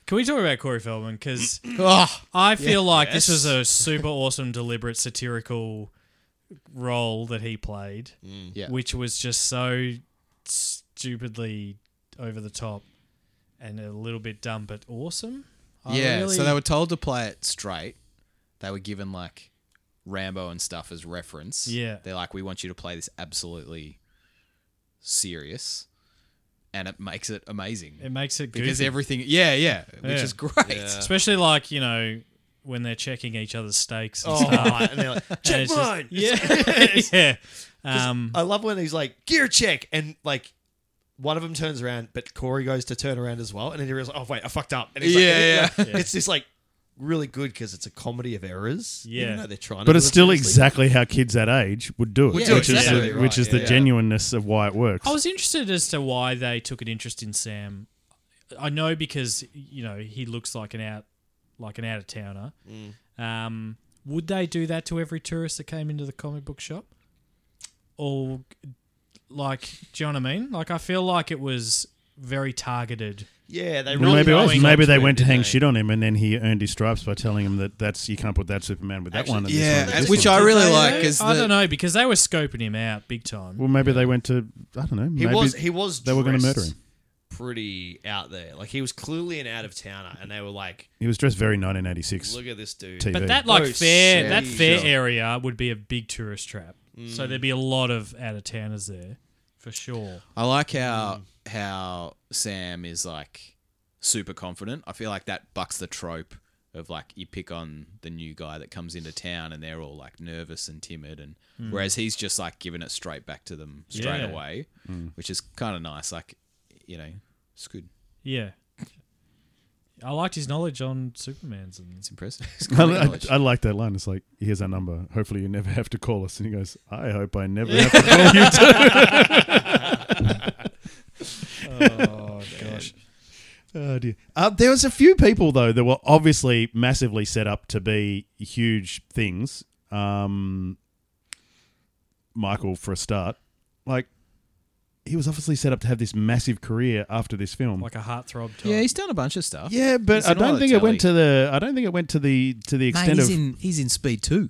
[SPEAKER 3] Can we talk about Corey Feldman? Because
[SPEAKER 1] Oh,
[SPEAKER 3] I feel like this was
[SPEAKER 6] Yes.
[SPEAKER 3] a super awesome, deliberate, satirical role that he played,
[SPEAKER 1] Yeah.
[SPEAKER 3] which was just so stupidly over the top and a little bit dumb, but awesome. I
[SPEAKER 1] yeah.
[SPEAKER 3] really-
[SPEAKER 1] So they were told to play it straight. They were given like Rambo and stuff as reference.
[SPEAKER 3] Yeah.
[SPEAKER 1] They're like, we want you to play this absolutely serious, and it makes it amazing
[SPEAKER 3] It makes it
[SPEAKER 1] because
[SPEAKER 3] goofy.
[SPEAKER 1] everything. Yeah, yeah, which
[SPEAKER 3] Yeah.
[SPEAKER 1] is great.
[SPEAKER 3] especially like you know when they're checking each other's stakes and
[SPEAKER 6] Oh,
[SPEAKER 3] stuff.
[SPEAKER 6] and they're like,
[SPEAKER 3] And
[SPEAKER 6] check
[SPEAKER 3] it's just-
[SPEAKER 6] mine.
[SPEAKER 3] yeah, yeah.
[SPEAKER 6] 'Cause
[SPEAKER 3] Um,
[SPEAKER 6] I love when he's like gear check and like one of them turns around, but Corey goes to turn around as well, and then he realizes, oh wait, I fucked up. And he's like,
[SPEAKER 1] Yeah, yeah.
[SPEAKER 6] and he's like- It's just like really good because it's a comedy of errors.
[SPEAKER 3] Yeah.
[SPEAKER 6] even though they're trying,
[SPEAKER 4] but
[SPEAKER 6] to
[SPEAKER 4] it's
[SPEAKER 6] do it
[SPEAKER 4] still
[SPEAKER 6] seriously.
[SPEAKER 4] exactly how kids that age would do it,
[SPEAKER 1] Would do it,
[SPEAKER 4] which is
[SPEAKER 1] exactly
[SPEAKER 4] the,
[SPEAKER 1] right,
[SPEAKER 4] which is the
[SPEAKER 1] yeah.
[SPEAKER 4] genuineness of why it works.
[SPEAKER 3] I was interested as to why they took an interest in Sam. I know because you know he looks like an out like an out of towner.
[SPEAKER 1] Mm.
[SPEAKER 3] Um, would they do that to every tourist that came into the comic book shop? Or like, do you know what I mean? Like, I feel like it was very targeted.
[SPEAKER 6] Yeah, they
[SPEAKER 4] Well,
[SPEAKER 6] really
[SPEAKER 4] maybe it was.
[SPEAKER 6] going
[SPEAKER 4] maybe
[SPEAKER 6] up
[SPEAKER 4] they
[SPEAKER 6] to it,
[SPEAKER 4] went to
[SPEAKER 6] didn't
[SPEAKER 4] hang
[SPEAKER 6] they?
[SPEAKER 4] shit on him, and then he earned his stripes by telling him that that's you can't put that Superman with that
[SPEAKER 6] Actually,
[SPEAKER 4] one. And
[SPEAKER 1] yeah,
[SPEAKER 4] this one with
[SPEAKER 1] and
[SPEAKER 4] this
[SPEAKER 1] which
[SPEAKER 4] one.
[SPEAKER 1] I really
[SPEAKER 3] They-
[SPEAKER 1] like
[SPEAKER 3] they-
[SPEAKER 1] is
[SPEAKER 3] I don't
[SPEAKER 1] that
[SPEAKER 3] know because they were scoping him out big time.
[SPEAKER 4] Well, maybe they went to I don't know.
[SPEAKER 6] He
[SPEAKER 4] maybe
[SPEAKER 6] was. He was.
[SPEAKER 4] they were going to
[SPEAKER 6] dressed
[SPEAKER 4] murder him.
[SPEAKER 6] Pretty out there. Like he was clearly an out of towner, and they were like,
[SPEAKER 4] He was dressed very 1986
[SPEAKER 6] "Look at this dude."
[SPEAKER 4] TV.
[SPEAKER 3] But that like
[SPEAKER 6] Oh,
[SPEAKER 3] fair
[SPEAKER 6] shit.
[SPEAKER 3] that fair
[SPEAKER 6] Sure.
[SPEAKER 3] area would be a big tourist trap.
[SPEAKER 1] Mm.
[SPEAKER 3] So there'd be a lot of out of towners there for sure.
[SPEAKER 1] I like how how Sam is like super confident. I feel like that bucks the trope of like you pick on the new guy that comes into town and they're all like nervous and timid and whereas he's just like giving it straight back to them straight
[SPEAKER 3] Yeah.
[SPEAKER 1] away, which is kind of nice like you know, it's good.
[SPEAKER 3] Yeah. I liked his knowledge on Superman's and
[SPEAKER 1] It's impressive. It's
[SPEAKER 4] I,
[SPEAKER 1] common
[SPEAKER 4] I,
[SPEAKER 1] knowledge.
[SPEAKER 4] I like that line. It's like, here's our number. Hopefully, you never have to call us. And he goes, I hope I never have to call you. Too.
[SPEAKER 3] oh gosh,
[SPEAKER 4] Oh, dear. Uh, there was a few people though that were obviously massively set up to be huge things. Um, Michael, for a start, like he was obviously set up to have this massive career after this film.
[SPEAKER 3] like a heartthrob. Type.
[SPEAKER 1] yeah, he's done a bunch of stuff.
[SPEAKER 4] yeah, but
[SPEAKER 1] He's
[SPEAKER 4] I
[SPEAKER 1] in all
[SPEAKER 4] don't
[SPEAKER 1] the
[SPEAKER 4] think it went to
[SPEAKER 1] telly.
[SPEAKER 4] the. I don't think it went to the to the extent of.
[SPEAKER 1] in he's in Speed 2.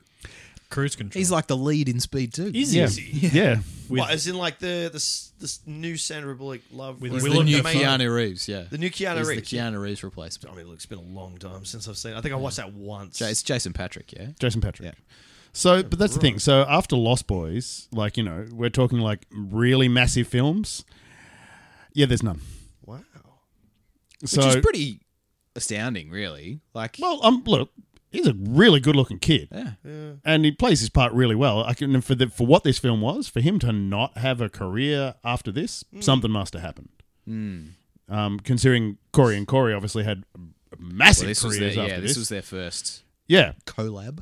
[SPEAKER 3] cruise control.
[SPEAKER 1] like the lead in Speed 2.
[SPEAKER 3] Is he?
[SPEAKER 4] yeah, yeah.
[SPEAKER 6] What, as in like the this this new Sandra Bullock love
[SPEAKER 3] With
[SPEAKER 1] He's
[SPEAKER 6] with
[SPEAKER 3] Will
[SPEAKER 1] the
[SPEAKER 3] Willem
[SPEAKER 1] new
[SPEAKER 3] Dafoe.
[SPEAKER 1] Keanu Reeves, yeah.
[SPEAKER 6] The new Keanu
[SPEAKER 1] he's
[SPEAKER 6] Reeves,
[SPEAKER 1] the
[SPEAKER 6] yeah. Oh,
[SPEAKER 1] Keanu Reeves replacement.
[SPEAKER 6] I mean, look, it's been a long time since I've seen. it. I think I watched that once.
[SPEAKER 1] Ja- It's Jason Patrick, yeah.
[SPEAKER 4] Jason Patrick.
[SPEAKER 1] Yeah.
[SPEAKER 4] So, but that's the thing. So after Lost Boys, like you know, we're talking like really massive films. Yeah, there's none.
[SPEAKER 6] wow.
[SPEAKER 4] So,
[SPEAKER 1] which is pretty astounding, really. Like,
[SPEAKER 4] well, um, look, he's a really good-looking kid,
[SPEAKER 1] yeah,
[SPEAKER 4] and he plays his part really well. I can and for the, for what this film was, for him to not have a career after this,
[SPEAKER 1] Hmm.
[SPEAKER 4] something must have happened. Um, considering Corey and Corey obviously had massive
[SPEAKER 1] well, this was
[SPEAKER 4] careers
[SPEAKER 1] their,
[SPEAKER 4] after
[SPEAKER 1] yeah,
[SPEAKER 4] this.
[SPEAKER 1] this was their first
[SPEAKER 4] yeah,
[SPEAKER 1] collab.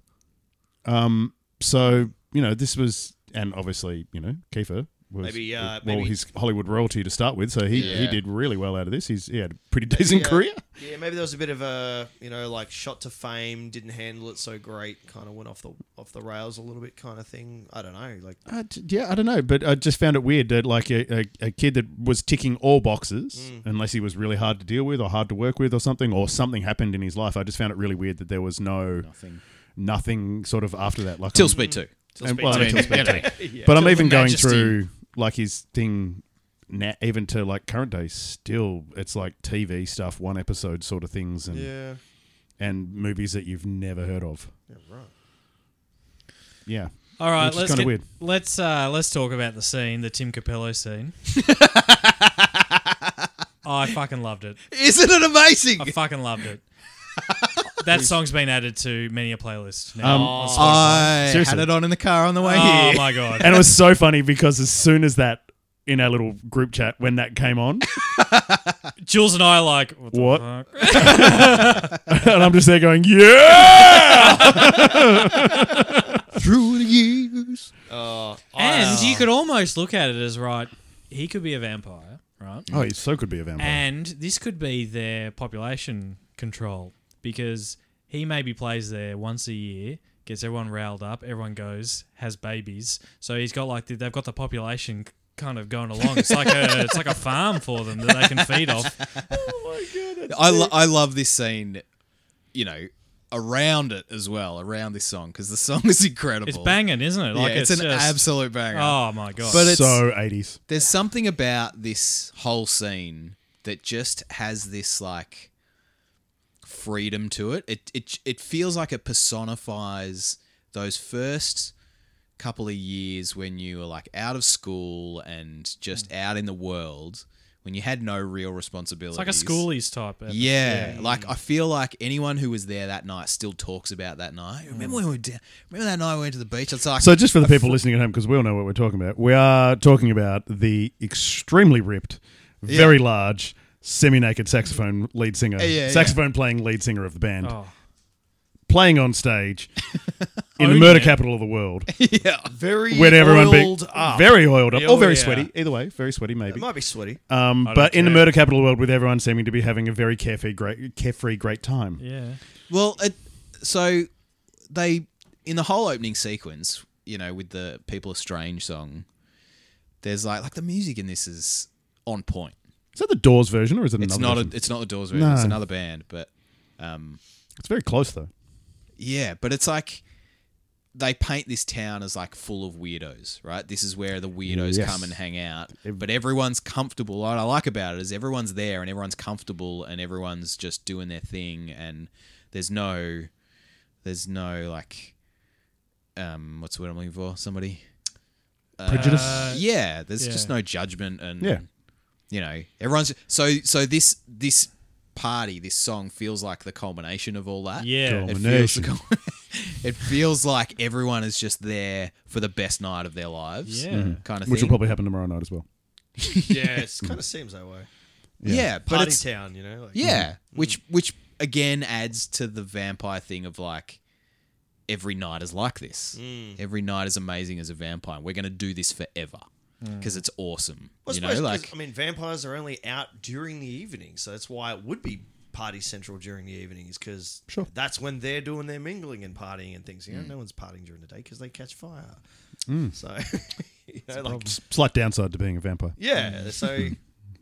[SPEAKER 4] Um, so you know, this was, and obviously, you know, Kiefer was
[SPEAKER 6] Maybe, uh,
[SPEAKER 4] well,
[SPEAKER 6] maybe-
[SPEAKER 4] his Hollywood royalty to start with, so he, he
[SPEAKER 1] Yeah.
[SPEAKER 4] did really well out of this. He's he had a pretty decent
[SPEAKER 6] Yeah.
[SPEAKER 4] career.
[SPEAKER 6] Yeah, maybe there was a bit of a you know like shot to fame, didn't handle it so great, kind of went off the off the rails a little bit, kind of thing. I don't know, like
[SPEAKER 4] I Uh, d- yeah, I don't know, but I just found it weird that like a, a, a kid that was ticking all boxes,
[SPEAKER 6] Mm.
[SPEAKER 4] unless he was really hard to deal with or hard to work with or something, or something happened in his life. I just found it really weird that there was no
[SPEAKER 1] Nothing.
[SPEAKER 4] nothing sort of after that. Like
[SPEAKER 1] Till
[SPEAKER 4] I'm-
[SPEAKER 1] Speed 2.
[SPEAKER 4] and- well, I mean,
[SPEAKER 1] I mean,
[SPEAKER 4] till Speed
[SPEAKER 1] you
[SPEAKER 4] Two.
[SPEAKER 1] know,
[SPEAKER 4] but I'm even
[SPEAKER 1] the
[SPEAKER 4] going
[SPEAKER 1] majesty.
[SPEAKER 4] through like his thing now, even to like current day. Still, it's like TV stuff, one episode sort of things, and
[SPEAKER 6] yeah,
[SPEAKER 4] and movies that you've never heard of.
[SPEAKER 6] yeah, right.
[SPEAKER 4] Yeah,
[SPEAKER 3] All right,
[SPEAKER 4] Which is
[SPEAKER 3] let's
[SPEAKER 4] kinda
[SPEAKER 3] get,
[SPEAKER 4] weird.
[SPEAKER 3] let's uh, let's talk about the scene, the Tim Capello scene. I fucking loved it.
[SPEAKER 1] Isn't it amazing?
[SPEAKER 3] I fucking loved it. that song's been added to many a playlist now.
[SPEAKER 4] Um,
[SPEAKER 3] on Spotify.
[SPEAKER 1] I
[SPEAKER 4] Seriously.
[SPEAKER 1] had it on in the car on the way
[SPEAKER 3] oh
[SPEAKER 1] here.
[SPEAKER 3] my god!
[SPEAKER 4] and it was so funny because as soon as that in our little group chat when that came on,
[SPEAKER 3] Jules and I are like what? the
[SPEAKER 4] What?
[SPEAKER 3] fuck?
[SPEAKER 4] and I'm just there going, yeah.
[SPEAKER 1] Through the years.
[SPEAKER 6] Oh,
[SPEAKER 3] And you could almost look at it as right. He could be a vampire, right?
[SPEAKER 4] Oh, he so could be a vampire.
[SPEAKER 3] And this could be their population control because he maybe plays there once a year, gets everyone riled up, everyone goes, has babies. So he's got like the, they've got the population kind of going along. It's like a it's like a farm for them that they can feed off.
[SPEAKER 1] I, lo- I love this scene, you know, around it as well, around this song, because the song is incredible.
[SPEAKER 3] It's banging, isn't it?
[SPEAKER 1] Yeah,
[SPEAKER 3] Like
[SPEAKER 1] it's, an
[SPEAKER 3] just-
[SPEAKER 1] absolute banger.
[SPEAKER 3] Oh my god!
[SPEAKER 1] But it's-
[SPEAKER 4] so 80s.
[SPEAKER 1] There's something about this whole scene that just has this like freedom to it. It it it feels like it personifies those first couple of years when you were like out of school and just out in the world when you had no real responsibilities.
[SPEAKER 3] it's like a schoolies type. episode.
[SPEAKER 1] Yeah, like I feel like anyone who was there that night still talks about that night. Remember when we were down, remember that night we went to the beach? It's like
[SPEAKER 4] So, just for the people listening at home, because we all know what we're talking about, we are talking about the extremely ripped, very large, semi naked saxophone lead singer,
[SPEAKER 1] yeah, yeah.
[SPEAKER 4] saxophone playing lead singer of the band,
[SPEAKER 3] Oh.
[SPEAKER 4] playing on stage in the
[SPEAKER 3] Owning
[SPEAKER 4] murder
[SPEAKER 3] it.
[SPEAKER 4] capital of the world,
[SPEAKER 1] yeah,
[SPEAKER 6] very
[SPEAKER 4] when everyone be
[SPEAKER 6] oiled up.
[SPEAKER 4] very oiled up,
[SPEAKER 3] Yeah,
[SPEAKER 4] or very
[SPEAKER 3] yeah.
[SPEAKER 4] sweaty, either way, very sweaty maybe.
[SPEAKER 6] it might be sweaty.
[SPEAKER 1] Uh,
[SPEAKER 4] Um,
[SPEAKER 3] don't
[SPEAKER 4] but in the
[SPEAKER 3] care.
[SPEAKER 4] murder capital world, with everyone seeming to be having a very carefree, great, carefree, great time.
[SPEAKER 3] Yeah.
[SPEAKER 1] Well, it, so they in the whole opening sequence, you know, with the "People Are Strange" song, there's like like the music in this is on point.
[SPEAKER 4] Is that the Doors version, or is it
[SPEAKER 1] It's
[SPEAKER 4] another?
[SPEAKER 1] not a,
[SPEAKER 4] version?
[SPEAKER 1] it's not the Doors version. It's
[SPEAKER 4] No.
[SPEAKER 1] another band, but um,
[SPEAKER 4] it's very close though.
[SPEAKER 1] yeah, but it's like they paint this town as like full of weirdos, right? This is where the weirdos
[SPEAKER 4] Yes.
[SPEAKER 1] come and hang out, but everyone's comfortable. What I like about it is everyone's there and everyone's comfortable and everyone's just doing their thing, and there's no, there's no like, um, what's the word I'm looking for? Somebody,
[SPEAKER 4] Prejudice.
[SPEAKER 3] Uh,
[SPEAKER 1] yeah. There's
[SPEAKER 3] yeah.
[SPEAKER 1] just no judgment and
[SPEAKER 4] Yeah.
[SPEAKER 1] you know everyone's so so this this party this song feels like the culmination of all that
[SPEAKER 3] Yeah.
[SPEAKER 1] it feels,
[SPEAKER 4] Domination.
[SPEAKER 1] it feels like everyone is just there for the best night of their lives.
[SPEAKER 3] Yeah. Mhm.
[SPEAKER 1] Kind of
[SPEAKER 4] Mm-hmm. which will
[SPEAKER 1] thing.
[SPEAKER 4] probably happen tomorrow night as well.
[SPEAKER 6] yeah, it kind of seems that way.
[SPEAKER 1] yeah, but
[SPEAKER 6] Party
[SPEAKER 1] it's,
[SPEAKER 6] town, you know. Like,
[SPEAKER 1] yeah,
[SPEAKER 4] Mm-hmm.
[SPEAKER 1] which which again adds to the vampire thing of like every night is like this.
[SPEAKER 6] Mm.
[SPEAKER 1] Every night is amazing as a vampire. We're going to do this forever
[SPEAKER 4] Mm.
[SPEAKER 1] because it's awesome.
[SPEAKER 6] Well, I
[SPEAKER 1] you know,
[SPEAKER 6] suppose 'cause,
[SPEAKER 1] like
[SPEAKER 6] I mean, vampires are only out during the evening, so that's why it would be party central during the evenings because
[SPEAKER 4] Sure.
[SPEAKER 6] that's when they're doing their mingling and partying and things. You know, no one's partying during the day because they catch fire. So, you know, like,
[SPEAKER 4] Slight downside to being a vampire.
[SPEAKER 6] yeah. So,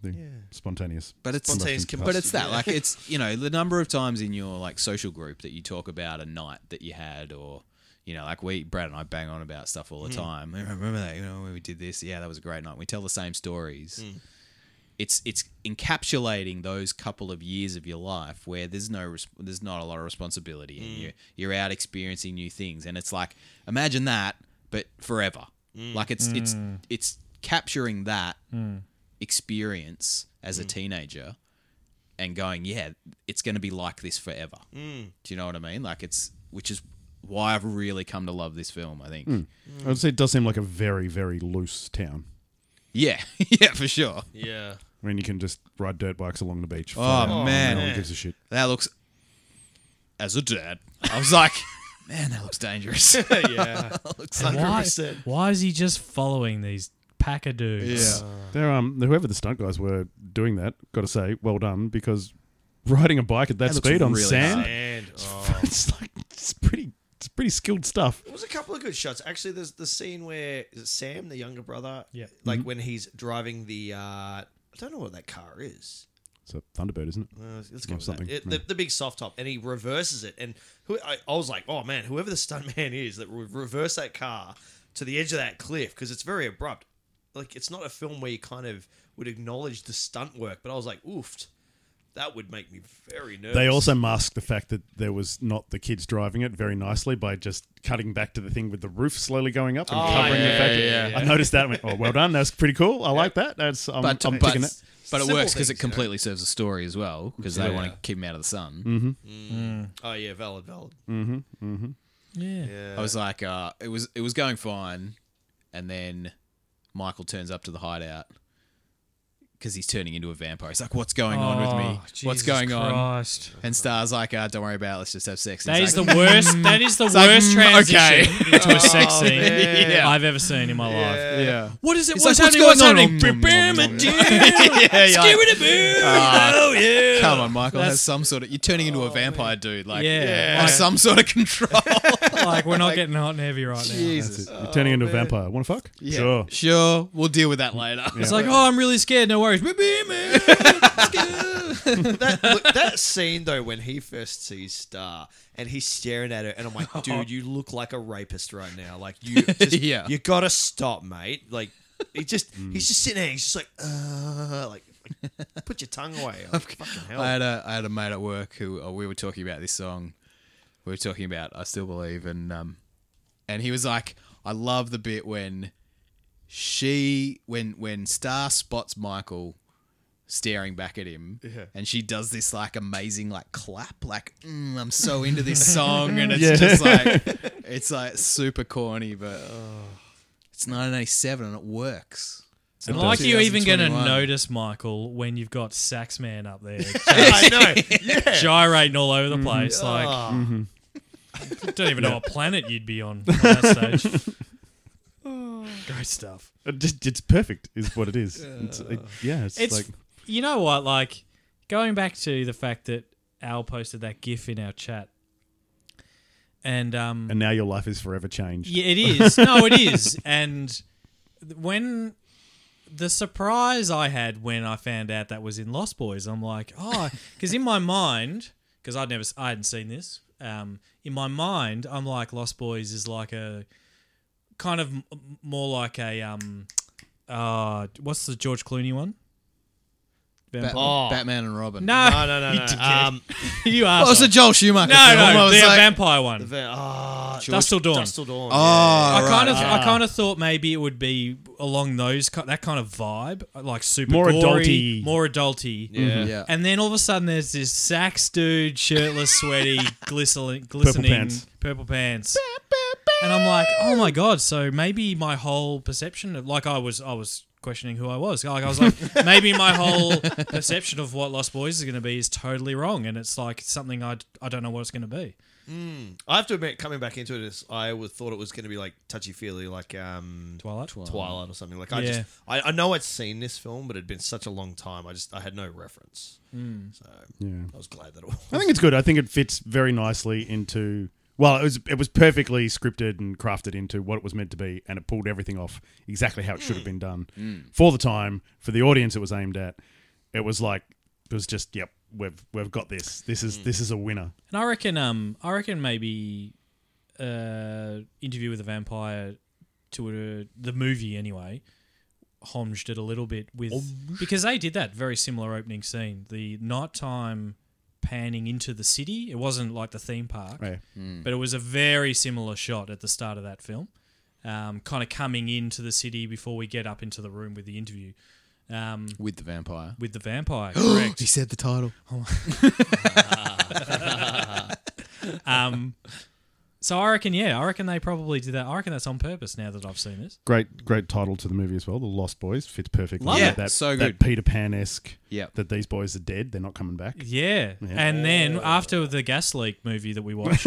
[SPEAKER 4] The Spontaneous.
[SPEAKER 1] but it's
[SPEAKER 6] Spontaneous
[SPEAKER 1] but it's
[SPEAKER 6] combustion,
[SPEAKER 1] that
[SPEAKER 6] yeah.
[SPEAKER 1] like it's you know the number of times in your like social group that you talk about a night that you had or you know like we Brad and I bang on about stuff all the
[SPEAKER 6] Mm-hmm.
[SPEAKER 1] time. I remember that you know when we did this, yeah, that was a great night. We tell the same stories.
[SPEAKER 6] Mm.
[SPEAKER 1] It's it's encapsulating those couple of years of your life where there's no res- there's not a lot of responsibility
[SPEAKER 6] Mm.
[SPEAKER 1] and you you're out experiencing new things and it's like imagine that but forever.
[SPEAKER 6] Mm.
[SPEAKER 1] Like it's it's it's capturing that experience as a
[SPEAKER 6] Mm.
[SPEAKER 1] teenager and going, yeah, it's going to be like this forever.
[SPEAKER 6] Mm.
[SPEAKER 1] Do you know what I mean? Like it's, which is why I've really come to love this film. I think,
[SPEAKER 4] I would say it does seem like a very, very loose town.
[SPEAKER 1] yeah, yeah, for sure.
[SPEAKER 6] yeah.
[SPEAKER 4] I mean, you can just ride dirt bikes along the beach. Oh,
[SPEAKER 1] man.
[SPEAKER 4] no one gives a shit.
[SPEAKER 1] That looks. As a dad, I was like, man, that looks dangerous.
[SPEAKER 6] yeah.
[SPEAKER 1] looks like
[SPEAKER 3] Why, why is he just following these pack of dudes?
[SPEAKER 4] They're, um, whoever the stunt guys were doing that, got to say, well done because riding a bike at that,
[SPEAKER 1] That looks
[SPEAKER 4] speed on
[SPEAKER 1] really
[SPEAKER 4] sand,
[SPEAKER 6] And oh.
[SPEAKER 4] it's like it's pretty, it's pretty skilled stuff.
[SPEAKER 6] There was a couple of good shots. Actually, there's the scene where is it Sam, the younger brother,
[SPEAKER 3] Yeah.
[SPEAKER 6] like when he's driving the. Uh, I don't know what that car is.
[SPEAKER 4] It's a Thunderbird, isn't it?
[SPEAKER 6] Uh, let's go with
[SPEAKER 4] something,
[SPEAKER 6] that. It-
[SPEAKER 4] yeah.
[SPEAKER 6] the, the big soft top, and he reverses it. And who, I, I was like, oh man, whoever the stuntman is that would reverse that car to the edge of that cliff because it's very abrupt. Like it's not a film where you kind of would acknowledge the stunt work, but I was like, oofed. That would make me very nervous.
[SPEAKER 4] They also masked the fact that there was not the kids driving it very nicely by just cutting back to the thing with the roof slowly going up and
[SPEAKER 6] Oh,
[SPEAKER 1] yeah,
[SPEAKER 4] covering the fact. that-
[SPEAKER 1] yeah, yeah.
[SPEAKER 4] I noticed that. And went, oh, well done. That's pretty cool. I like that. That's I'm,
[SPEAKER 1] but
[SPEAKER 4] I'm
[SPEAKER 1] but,
[SPEAKER 4] picking that.
[SPEAKER 1] but it
[SPEAKER 6] Simple
[SPEAKER 1] works because
[SPEAKER 6] things,
[SPEAKER 1] it
[SPEAKER 6] you know.
[SPEAKER 1] completely serves a story as well because they
[SPEAKER 6] Yeah.
[SPEAKER 1] want to keep him out of the sun.
[SPEAKER 6] Oh yeah, valid, valid.
[SPEAKER 3] Yeah.
[SPEAKER 6] Yeah.
[SPEAKER 1] I was like, uh, it was it was going fine, and then Michael turns up to the hideout because he's turning into a vampire. He's like, "What's going on with me?
[SPEAKER 3] Oh,
[SPEAKER 1] What's
[SPEAKER 3] Jesus
[SPEAKER 1] going on?"
[SPEAKER 3] Christ.
[SPEAKER 1] And Star's like, uh, "Don't worry about. it. Let's just have sex."
[SPEAKER 3] That
[SPEAKER 1] He's
[SPEAKER 3] is
[SPEAKER 1] like,
[SPEAKER 3] the worst. That is the
[SPEAKER 1] like,
[SPEAKER 3] worst
[SPEAKER 1] mm, okay.
[SPEAKER 3] transition into a sex
[SPEAKER 6] Oh,
[SPEAKER 3] scene
[SPEAKER 6] man.
[SPEAKER 1] Yeah.
[SPEAKER 3] I've ever seen in my life.
[SPEAKER 1] Yeah.
[SPEAKER 3] What is it?
[SPEAKER 1] He's
[SPEAKER 3] what's
[SPEAKER 1] like,
[SPEAKER 3] happening? What's
[SPEAKER 1] "What's going
[SPEAKER 3] happening?
[SPEAKER 1] on?"
[SPEAKER 3] Prepare my dick.
[SPEAKER 1] yeah, yeah.
[SPEAKER 3] Give it a boo. Oh yeah.
[SPEAKER 1] "Ah, Come on, Michael.
[SPEAKER 3] That's- Oh,
[SPEAKER 1] Has some sort of. You're turning into a vampire, dude. Like,
[SPEAKER 3] Yeah.
[SPEAKER 1] have
[SPEAKER 3] Like-
[SPEAKER 1] some sort of control.
[SPEAKER 3] Like we're not getting hot and heavy right now.
[SPEAKER 1] Jesus.
[SPEAKER 4] You're turning into a vampire. Want to
[SPEAKER 1] Oh,
[SPEAKER 4] fuck?
[SPEAKER 1] Yeah.
[SPEAKER 4] Sure.
[SPEAKER 1] Sure. We'll deal with that later.
[SPEAKER 3] It's like, oh, I'm really scared. No worries.
[SPEAKER 6] that, look, that scene though when he first sees Star and he's staring at her and I'm like, dude, you look like a rapist right now. Like you, just,
[SPEAKER 1] Yeah. Mm.
[SPEAKER 6] you gotta stop, mate. Like he just, he's just sitting there. He's just like, uh, like, like, put your tongue away. Like, fucking hell.
[SPEAKER 1] I had a I had a mate at work who uh, we were talking about this song. We were talking about I still believe, and um, and he was like, I love the bit when she when when Star spots Michael staring back at him and she does this like amazing like clap like mm, i'm so into this song and it's
[SPEAKER 4] Yeah.
[SPEAKER 1] just like it's like super corny but oh, it's 1987 and it works
[SPEAKER 3] I like you even going to
[SPEAKER 1] 2021.
[SPEAKER 3] notice, Michael, when you've got Saxman up there
[SPEAKER 6] I know. Oh, Yeah.
[SPEAKER 3] gyrating all over
[SPEAKER 1] Mm-hmm.
[SPEAKER 3] the place. Like,
[SPEAKER 1] Oh.
[SPEAKER 3] don't even know what planet you'd be on, on that stage. Great stuff.
[SPEAKER 4] It just, it's perfect, is what it is. It's, it, yeah. It's,
[SPEAKER 3] It's
[SPEAKER 4] like
[SPEAKER 3] you know what, like going back to the fact that Al posted that GIF in our chat, and um,
[SPEAKER 4] and now your life is forever changed.
[SPEAKER 3] yeah, it is. No, it is. And th- when the surprise I had when I found out that was in Lost Boys, I'm like, oh, because in my mind, because I'd never, s- I hadn't seen this. Um, in my mind, I'm like Lost Boys is like a kind of m- m- more like a um, uh, what's the George Clooney one?
[SPEAKER 1] Bat-
[SPEAKER 3] Vampire.
[SPEAKER 6] Oh.
[SPEAKER 1] batman and robin
[SPEAKER 3] No,
[SPEAKER 6] No, no, no, no. Um,
[SPEAKER 3] you are.
[SPEAKER 1] oh it's a joel schumacher
[SPEAKER 3] no,
[SPEAKER 1] film. I
[SPEAKER 3] no,
[SPEAKER 1] was
[SPEAKER 3] the
[SPEAKER 1] like-
[SPEAKER 3] vampire one.
[SPEAKER 6] the van- ah,
[SPEAKER 3] Dust Till Dawn.
[SPEAKER 6] Dust Till Dawn.
[SPEAKER 1] Oh,
[SPEAKER 3] I
[SPEAKER 1] right,
[SPEAKER 3] kind of,
[SPEAKER 1] okay.
[SPEAKER 3] I kind of thought maybe it would be along those ki- that kind of vibe, like super
[SPEAKER 4] More
[SPEAKER 3] gory,
[SPEAKER 4] adulty.
[SPEAKER 3] more adulty.
[SPEAKER 6] yeah. yeah.
[SPEAKER 1] yeah.
[SPEAKER 3] And then all of a sudden, there's this sax dude, shirtless, sweaty, glistening, glistening
[SPEAKER 4] pants.
[SPEAKER 3] purple pants. and I'm like, oh my god! So maybe my whole perception of like I was, I was questioning who I was. Like I was like, maybe my whole perception of what Lost Boys is going to be is totally wrong, and it's like something I, I don't know what it's going to be.
[SPEAKER 6] I have to admit, coming back into this, I would, thought it was going to be like touchy feely, like um,
[SPEAKER 3] Twilight.
[SPEAKER 6] Twilight or something. Like I
[SPEAKER 3] Yeah.
[SPEAKER 6] just, I, I know I'd seen this film, but it'd been such a long time. I just, I had no reference. So
[SPEAKER 4] Hmm. Yeah.
[SPEAKER 6] I was glad that it was.
[SPEAKER 4] I think it's good. I think it fits very nicely into. Well, it was it was perfectly scripted and crafted into what it was meant to be, and it pulled everything off exactly how it
[SPEAKER 1] Mm.
[SPEAKER 4] should have been done for the time for the audience it was aimed at. It was like it was just yep, we've we've got this. This
[SPEAKER 1] Mm.
[SPEAKER 4] is this is a winner.
[SPEAKER 3] And I reckon, um, I reckon maybe uh, interview with a vampire to a, the movie anyway. Homaged it a little bit with because they did that very similar opening scene. The nighttime panning into the city. It wasn't like the theme park,
[SPEAKER 4] Right.
[SPEAKER 3] but it was a very similar shot at the start of that film. Um, kind of coming into the city before we get up into the room with the interview um,
[SPEAKER 1] with the vampire.
[SPEAKER 3] with the vampire. Correct. Oh
[SPEAKER 1] He said the title.
[SPEAKER 3] Um, so I reckon, yeah, I reckon they probably did that. I reckon that's on purpose. Now that I've seen this,
[SPEAKER 4] Great great title to the movie as well. The Lost Boys fits perfectly.
[SPEAKER 1] Love
[SPEAKER 4] with
[SPEAKER 1] it.
[SPEAKER 4] That,
[SPEAKER 1] So
[SPEAKER 4] that
[SPEAKER 1] good.
[SPEAKER 4] Peter Pan esque.
[SPEAKER 1] Yep.
[SPEAKER 4] That these boys are dead. They're not coming back.
[SPEAKER 3] yeah. And then after the gas leak movie that we watched,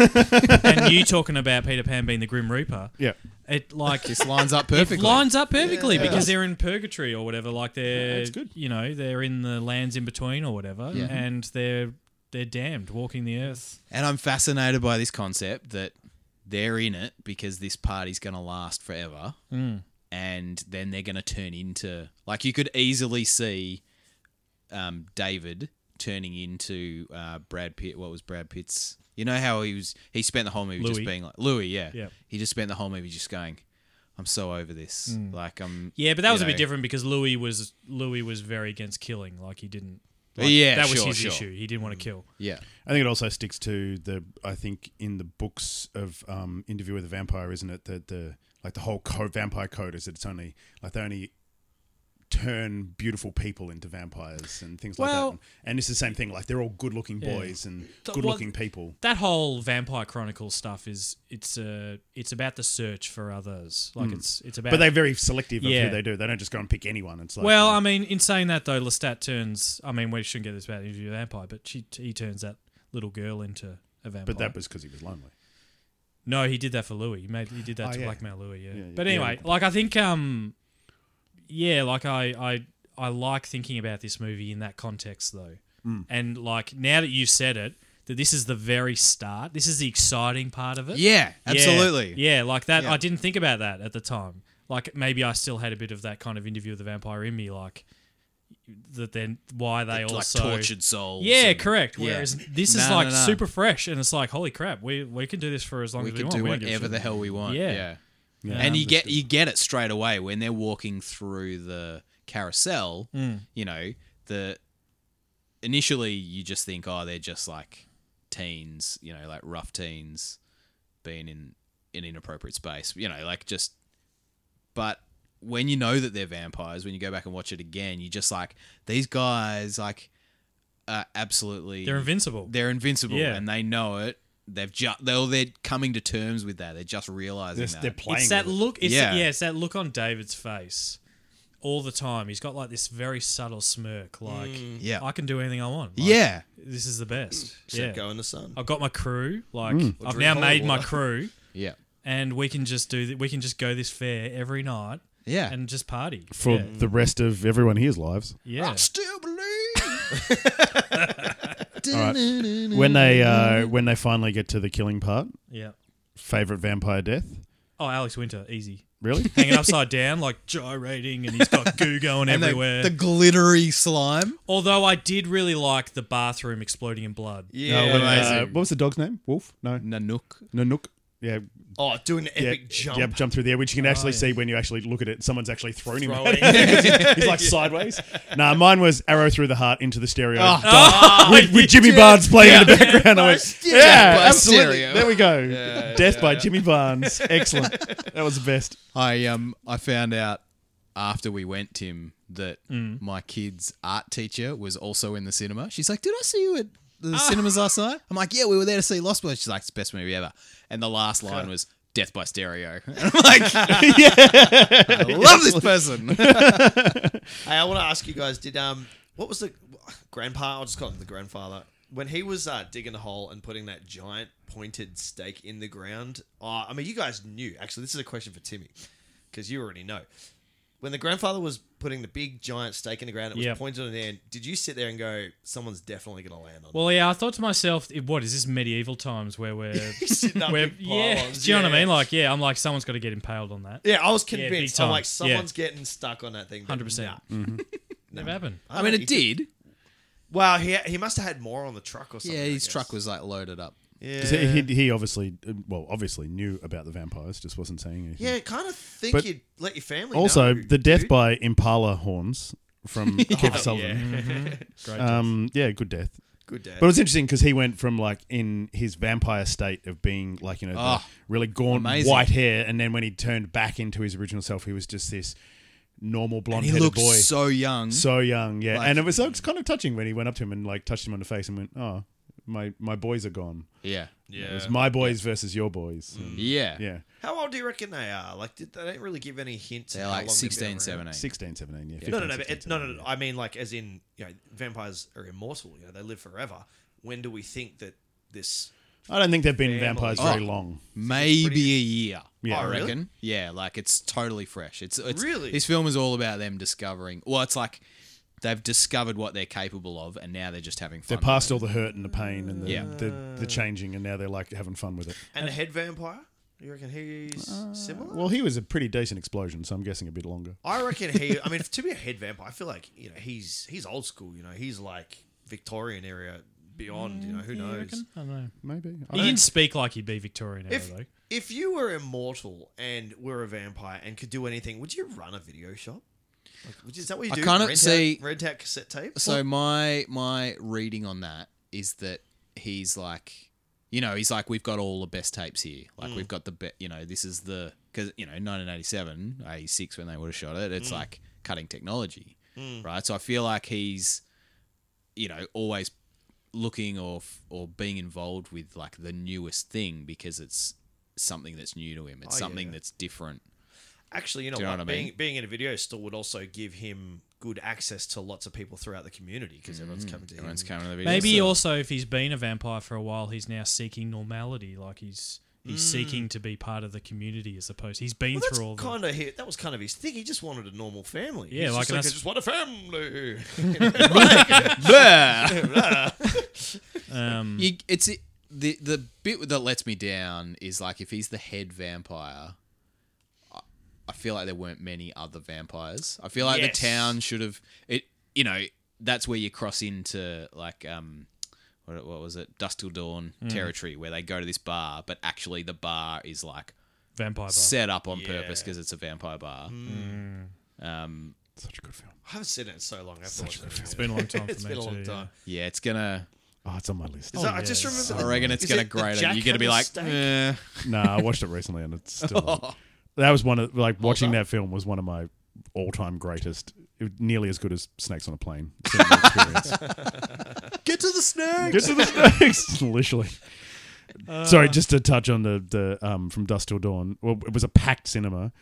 [SPEAKER 3] and you talking about Peter Pan being the Grim Reaper,
[SPEAKER 4] Yeah.
[SPEAKER 3] it like
[SPEAKER 1] This lines up perfectly.
[SPEAKER 3] lines up perfectly because they're in purgatory or whatever. Like they're,
[SPEAKER 4] it's good.
[SPEAKER 3] you know, they're in the lands in between or whatever,
[SPEAKER 1] Yeah.
[SPEAKER 3] and they're they're damned, walking the earth.
[SPEAKER 1] and I'm fascinated by this concept that they're in it because this party's going to last forever. And then they're going to turn into. Like, you could easily see um, David turning into uh, Brad Pitt. What was Brad Pitt's. You know how he was. He spent the whole movie just
[SPEAKER 3] Louis.
[SPEAKER 1] being like. Louis, yeah.
[SPEAKER 3] Yeah.
[SPEAKER 1] He just spent the whole movie just going, I'm so over this. Like, I'm.
[SPEAKER 3] Yeah, but that
[SPEAKER 1] you
[SPEAKER 3] was a bit
[SPEAKER 1] know,
[SPEAKER 3] different because Louis was Louis was very against killing. Like he didn't
[SPEAKER 1] yeah,
[SPEAKER 3] that was
[SPEAKER 1] sure,
[SPEAKER 3] his
[SPEAKER 1] sure. Mm.
[SPEAKER 3] issue. He didn't want to kill.
[SPEAKER 1] Yeah.
[SPEAKER 4] I think it also sticks to the. I think in the books of um, Interview with the Vampire, isn't it that the like the whole co- vampire code is that it's only like they only turn beautiful people into vampires and things
[SPEAKER 3] Well-
[SPEAKER 4] like that. And it's the same thing. Like they're all good-looking
[SPEAKER 3] Yeah.
[SPEAKER 4] boys and
[SPEAKER 3] The-
[SPEAKER 4] good-looking
[SPEAKER 3] what-
[SPEAKER 4] people.
[SPEAKER 3] That whole Vampire Chronicles stuff is it's uh, it's about the search for others.
[SPEAKER 1] Mm.
[SPEAKER 3] Like it's it's about
[SPEAKER 4] But they're very selective of
[SPEAKER 3] Yeah.
[SPEAKER 4] who they do. They don't just go and pick anyone. It's like
[SPEAKER 3] Well,
[SPEAKER 4] uh,
[SPEAKER 3] I mean, in saying that though, Lestat turns. I mean, we shouldn't get this bad interview with vampire, but she he turns that little girl into a vampire.
[SPEAKER 4] but that was because he was lonely.
[SPEAKER 3] no, he did that for Louis. He made he did that
[SPEAKER 4] Oh,
[SPEAKER 3] to
[SPEAKER 4] yeah.
[SPEAKER 3] blackmail Louis. Yeah.
[SPEAKER 4] Yeah, yeah,
[SPEAKER 3] but anyway, like I think, um, yeah, like I I I like thinking about this movie in that context though,
[SPEAKER 1] Hmm.
[SPEAKER 3] and like now that you've said it, that this is the very start. This is the exciting part of it.
[SPEAKER 1] Yeah,
[SPEAKER 3] Yeah,
[SPEAKER 1] absolutely.
[SPEAKER 3] Yeah, like that.
[SPEAKER 1] Yeah.
[SPEAKER 3] I didn't think about that at the time. Like maybe I still had a bit of that kind of interview with the vampire in me, like that. Then why they
[SPEAKER 1] It's
[SPEAKER 3] also
[SPEAKER 1] like tortured souls.
[SPEAKER 3] Yeah,
[SPEAKER 1] and-
[SPEAKER 3] correct.
[SPEAKER 1] Yeah.
[SPEAKER 3] Whereas this is
[SPEAKER 1] No, no,
[SPEAKER 3] like
[SPEAKER 1] no.
[SPEAKER 3] super fresh, and it's like holy crap, we we can do this for as long
[SPEAKER 1] We
[SPEAKER 3] as we
[SPEAKER 1] can
[SPEAKER 3] want.
[SPEAKER 1] do
[SPEAKER 3] We don't give a
[SPEAKER 1] whatever
[SPEAKER 3] shit.
[SPEAKER 1] the hell we want.
[SPEAKER 3] Yeah.
[SPEAKER 1] Yeah.
[SPEAKER 4] Yeah.
[SPEAKER 1] And you
[SPEAKER 4] That's
[SPEAKER 1] get
[SPEAKER 4] good.
[SPEAKER 1] you get it straight away when they're walking through the carousel. You know, the initially you just think, oh, they're just like teens, you know, like rough teens being in an inappropriate space. You know, like just but when you know that they're vampires, when you go back and watch it again, you just like these guys like are absolutely
[SPEAKER 3] They're invincible.
[SPEAKER 1] they're invincible
[SPEAKER 3] Yeah.
[SPEAKER 1] and they know it. They've just they're, they're coming to terms with that. They're just realizing
[SPEAKER 4] They're,
[SPEAKER 1] that.
[SPEAKER 4] they're playing.
[SPEAKER 3] it's that
[SPEAKER 4] with it.
[SPEAKER 3] look. It's yeah.
[SPEAKER 1] Yeah.
[SPEAKER 3] it's that look on David's face all the time. He's got like this very subtle smirk, like
[SPEAKER 1] Yeah.
[SPEAKER 3] I can do anything I want. Like,
[SPEAKER 1] Mm. yeah. Mm.
[SPEAKER 3] this is the best.
[SPEAKER 6] Except
[SPEAKER 3] yeah,
[SPEAKER 6] go in the sun.
[SPEAKER 3] I've got my crew. Like
[SPEAKER 6] Or
[SPEAKER 3] I've
[SPEAKER 6] drink
[SPEAKER 3] now
[SPEAKER 6] holy
[SPEAKER 3] made my
[SPEAKER 6] water.
[SPEAKER 3] crew.
[SPEAKER 1] Yeah.
[SPEAKER 3] and we can just do th- we can just go this fair every night
[SPEAKER 1] Yeah.
[SPEAKER 3] and just party
[SPEAKER 4] for
[SPEAKER 3] yeah,
[SPEAKER 4] the rest of everyone here's lives.
[SPEAKER 3] yeah.
[SPEAKER 1] still believe.
[SPEAKER 4] All right. When they uh, when they finally get to the killing part,
[SPEAKER 3] Yeah.
[SPEAKER 4] favorite vampire death.
[SPEAKER 3] Oh, Alex Winter, easy.
[SPEAKER 4] Really?
[SPEAKER 3] Hanging upside down, like gyrating, and he's got goo going
[SPEAKER 1] and
[SPEAKER 3] everywhere.
[SPEAKER 1] the, the glittery slime.
[SPEAKER 3] Although I did really like the bathroom exploding in blood.
[SPEAKER 4] No,
[SPEAKER 1] Yeah.
[SPEAKER 4] when, uh, what was the dog's name? Wolf? No,
[SPEAKER 1] Nanook.
[SPEAKER 4] Nanook. Yeah,
[SPEAKER 6] oh, doing an
[SPEAKER 4] yeah,
[SPEAKER 6] epic jump.
[SPEAKER 4] Yep, jump through the air, which you can actually
[SPEAKER 3] yeah.
[SPEAKER 4] see when you actually look at it. Someone's actually thrown him.
[SPEAKER 6] Throwing.
[SPEAKER 4] He's like sideways. Nah, mine was arrow through the heart into the stereo.
[SPEAKER 6] Ah.
[SPEAKER 4] with, with
[SPEAKER 3] you
[SPEAKER 4] Jimmy
[SPEAKER 3] did.
[SPEAKER 4] Barnes playing in the background. I went,
[SPEAKER 1] by stereo."
[SPEAKER 4] yeah, absolutely.
[SPEAKER 1] Stereo.
[SPEAKER 4] There we go. Death by Jimmy Barnes. Excellent. That was the best.
[SPEAKER 1] I um I found out after we went, Tim, that
[SPEAKER 3] Mm.
[SPEAKER 1] my kid's art teacher was also in the cinema. She's like, "Did I see you at
[SPEAKER 3] Ah.
[SPEAKER 1] the cinemas last night?" I'm like, "Yeah, we were there to see Lost Boys." She's like, "It's the best movie ever." And the last line was. Death by stereo. And I'm like, I love this person.
[SPEAKER 6] Hey, I want to ask you guys: Did um, what was the grandpa? I'll just call him the grandfather. When he was uh, digging a hole and putting that giant pointed stake in the ground, uh, I mean, you guys knew. Actually, this is a question for Timmy because you already know. When the grandfather was putting the big giant stake in the ground, it was
[SPEAKER 3] Yep.
[SPEAKER 6] pointed on the end. Did you sit there and go, "Someone's definitely going to land on"? it?"
[SPEAKER 3] Well, yeah, I thought to myself, "I- what is this medieval times where we're.
[SPEAKER 6] Sitting up
[SPEAKER 3] we're
[SPEAKER 6] big
[SPEAKER 3] yeah,
[SPEAKER 6] pylons,
[SPEAKER 3] do you know what I
[SPEAKER 6] yeah.
[SPEAKER 3] mean? Like, yeah, I'm like, someone's got to get impaled on that.
[SPEAKER 6] yeah, I was
[SPEAKER 3] big
[SPEAKER 6] convinced.
[SPEAKER 3] time.
[SPEAKER 6] I'm like,
[SPEAKER 3] Yeah. Mm.
[SPEAKER 6] someone's getting stuck on that thing. but
[SPEAKER 3] 100%.
[SPEAKER 6] nah.
[SPEAKER 3] Never happened.
[SPEAKER 1] I mean, it did.
[SPEAKER 6] Well, he he must have had more on the truck or something.
[SPEAKER 1] Yeah,
[SPEAKER 6] I
[SPEAKER 1] his
[SPEAKER 6] guess.
[SPEAKER 1] truck was like loaded up.
[SPEAKER 4] 'Cause
[SPEAKER 6] Yeah,
[SPEAKER 4] He, he obviously, uh, well, obviously knew about the vampires, just wasn't saying anything.
[SPEAKER 6] yeah. Kind of think
[SPEAKER 4] But
[SPEAKER 6] you'd let your family.
[SPEAKER 4] Also,
[SPEAKER 6] know,
[SPEAKER 4] the death
[SPEAKER 6] dude.
[SPEAKER 4] by impala horns from Kiefer Sutherland.
[SPEAKER 3] Great.
[SPEAKER 4] Um, yeah, good death.
[SPEAKER 6] Good dad.
[SPEAKER 4] But it was interesting because he went from like in his vampire state of being like you know the
[SPEAKER 1] Ah,
[SPEAKER 4] really gaunt
[SPEAKER 1] amazing.
[SPEAKER 4] white hair, and then when he turned back into his original self, he was just this normal blonde
[SPEAKER 1] He
[SPEAKER 4] headed
[SPEAKER 1] looked
[SPEAKER 4] boy, so,
[SPEAKER 1] so young.
[SPEAKER 4] young. Yeah,
[SPEAKER 1] Like-
[SPEAKER 4] and it was, it was kind of touching when he went up to him and like touched him on the face and went, "Oh, my my boys are gone.
[SPEAKER 1] yeah. Mm.
[SPEAKER 4] It was my boys versus your boys." And,
[SPEAKER 1] Yeah.
[SPEAKER 4] Yeah,
[SPEAKER 6] How old do you reckon they are? Like, did, they don't really give any hints.
[SPEAKER 1] They're
[SPEAKER 6] of how
[SPEAKER 1] like
[SPEAKER 6] long they've been
[SPEAKER 1] 16,
[SPEAKER 6] around.
[SPEAKER 1] 17.
[SPEAKER 4] 16, 17, yeah. 15,
[SPEAKER 6] No, no, no, but
[SPEAKER 4] 16,
[SPEAKER 6] it, no, no, no.
[SPEAKER 4] 17,
[SPEAKER 6] I mean, like, as in, you know, vampires are immortal. You know, they live forever. When do we think that this?
[SPEAKER 4] yeah. I don't think they've been
[SPEAKER 6] Family.
[SPEAKER 4] vampires
[SPEAKER 1] Oh.
[SPEAKER 4] very long.
[SPEAKER 1] Maybe a year.
[SPEAKER 4] Yeah.
[SPEAKER 1] I
[SPEAKER 6] Oh, really?
[SPEAKER 1] reckon. Yeah, like it's totally fresh. It's, it's
[SPEAKER 6] Really?
[SPEAKER 1] This film is all about them discovering. Well, it's like they've discovered what they're capable of, and now they're just having fun.
[SPEAKER 4] They're
[SPEAKER 1] with
[SPEAKER 4] past all the hurt and the pain and the,
[SPEAKER 1] Yeah.
[SPEAKER 4] the the changing, and now they're like having fun with it.
[SPEAKER 6] And the head vampire? You reckon he's similar?
[SPEAKER 4] Uh, Well, he was a pretty decent explosion, so I'm guessing a bit longer.
[SPEAKER 6] I reckon he. I mean, to be a head vampire, I feel like you know he's he's old school. You know, he's like Victorian era beyond. You know, who
[SPEAKER 3] Yeah, you
[SPEAKER 6] knows?
[SPEAKER 3] reckon? I don't know.
[SPEAKER 4] Maybe. I
[SPEAKER 3] He
[SPEAKER 4] don't-
[SPEAKER 3] didn't speak like he'd be Victorian era,
[SPEAKER 6] If
[SPEAKER 3] though.
[SPEAKER 6] if you were immortal and were a vampire and could do anything, would you run a video shop? Which is that what you
[SPEAKER 1] I
[SPEAKER 6] do?
[SPEAKER 1] kinda
[SPEAKER 6] rent
[SPEAKER 1] see-
[SPEAKER 6] out, rent out cassette tape.
[SPEAKER 1] So my my reading on that is that he's like, you know, he's like, we've got all the best tapes here. Like
[SPEAKER 6] Mm.
[SPEAKER 1] we've got the best, you know, this is the because you know 1987, 86 when they would have shot it.
[SPEAKER 6] Mm.
[SPEAKER 1] It's like cutting technology, right? So I feel like he's, you know, always looking or f- or being involved with like the newest thing because it's something that's new to him. It's
[SPEAKER 6] Oh,
[SPEAKER 1] something
[SPEAKER 6] yeah.
[SPEAKER 1] that's different.
[SPEAKER 6] Actually, you know,
[SPEAKER 1] Do you know
[SPEAKER 6] what?
[SPEAKER 1] what I
[SPEAKER 6] being
[SPEAKER 1] mean?
[SPEAKER 6] being in a video store would also give him good access to lots of people throughout the community because everyone's coming to him.
[SPEAKER 1] Mm, Everyone's coming to the video.
[SPEAKER 3] Maybe
[SPEAKER 1] so-
[SPEAKER 3] also if he's been a vampire for a while, he's now seeking normality. Like he's he's seeking to be part of the community as opposed. He's been
[SPEAKER 6] Mm. Well, that's
[SPEAKER 3] through all the.
[SPEAKER 6] kind of his, that was kind of his thing. He just wanted a normal family.
[SPEAKER 3] Yeah,
[SPEAKER 6] He's
[SPEAKER 3] like,
[SPEAKER 6] just
[SPEAKER 3] and
[SPEAKER 6] I
[SPEAKER 3] that's-
[SPEAKER 6] just want a family.
[SPEAKER 1] Blah!
[SPEAKER 3] um,
[SPEAKER 6] Mm.
[SPEAKER 1] You, it's the the bit that lets me down is like if he's the head vampire. I- I feel like there weren't many other vampires. I feel like
[SPEAKER 6] Yes.
[SPEAKER 1] the town should have it. You know, that's where you cross into like um, what, what was it, Dust Till Dawn
[SPEAKER 6] Mm.
[SPEAKER 1] territory, where they go to this bar, but actually the bar is like
[SPEAKER 3] vampire. bar.
[SPEAKER 1] set up on
[SPEAKER 6] Yeah. Mm.
[SPEAKER 1] purpose because it's a vampire bar. Um,
[SPEAKER 4] Such a good film.
[SPEAKER 6] I haven't seen it in so long. I
[SPEAKER 4] Such a good film.
[SPEAKER 3] It's been a long time. For
[SPEAKER 6] It's
[SPEAKER 3] me
[SPEAKER 6] been a
[SPEAKER 3] too,
[SPEAKER 6] long
[SPEAKER 3] yeah.
[SPEAKER 6] time.
[SPEAKER 1] yeah, it's gonna.
[SPEAKER 4] Oh, it's on my list.
[SPEAKER 6] Is that- I just
[SPEAKER 3] yeah.
[SPEAKER 6] remember.
[SPEAKER 1] I reckon it's
[SPEAKER 6] Is
[SPEAKER 1] gonna
[SPEAKER 6] it the
[SPEAKER 1] grate it.
[SPEAKER 6] Jack
[SPEAKER 1] You're gonna be
[SPEAKER 6] Hammer
[SPEAKER 1] like,
[SPEAKER 6] steak?
[SPEAKER 1] eh.
[SPEAKER 4] no, I watched it recently and it's still. that was one of like watching that film was one of my all-time greatest. It was nearly as good as Snakes on a Plane. cinema experience.
[SPEAKER 1] get to the snake.
[SPEAKER 4] Get to the snakes, literally. Sorry, just to touch on the the um, from dusk till dawn. Well, it was a packed cinema,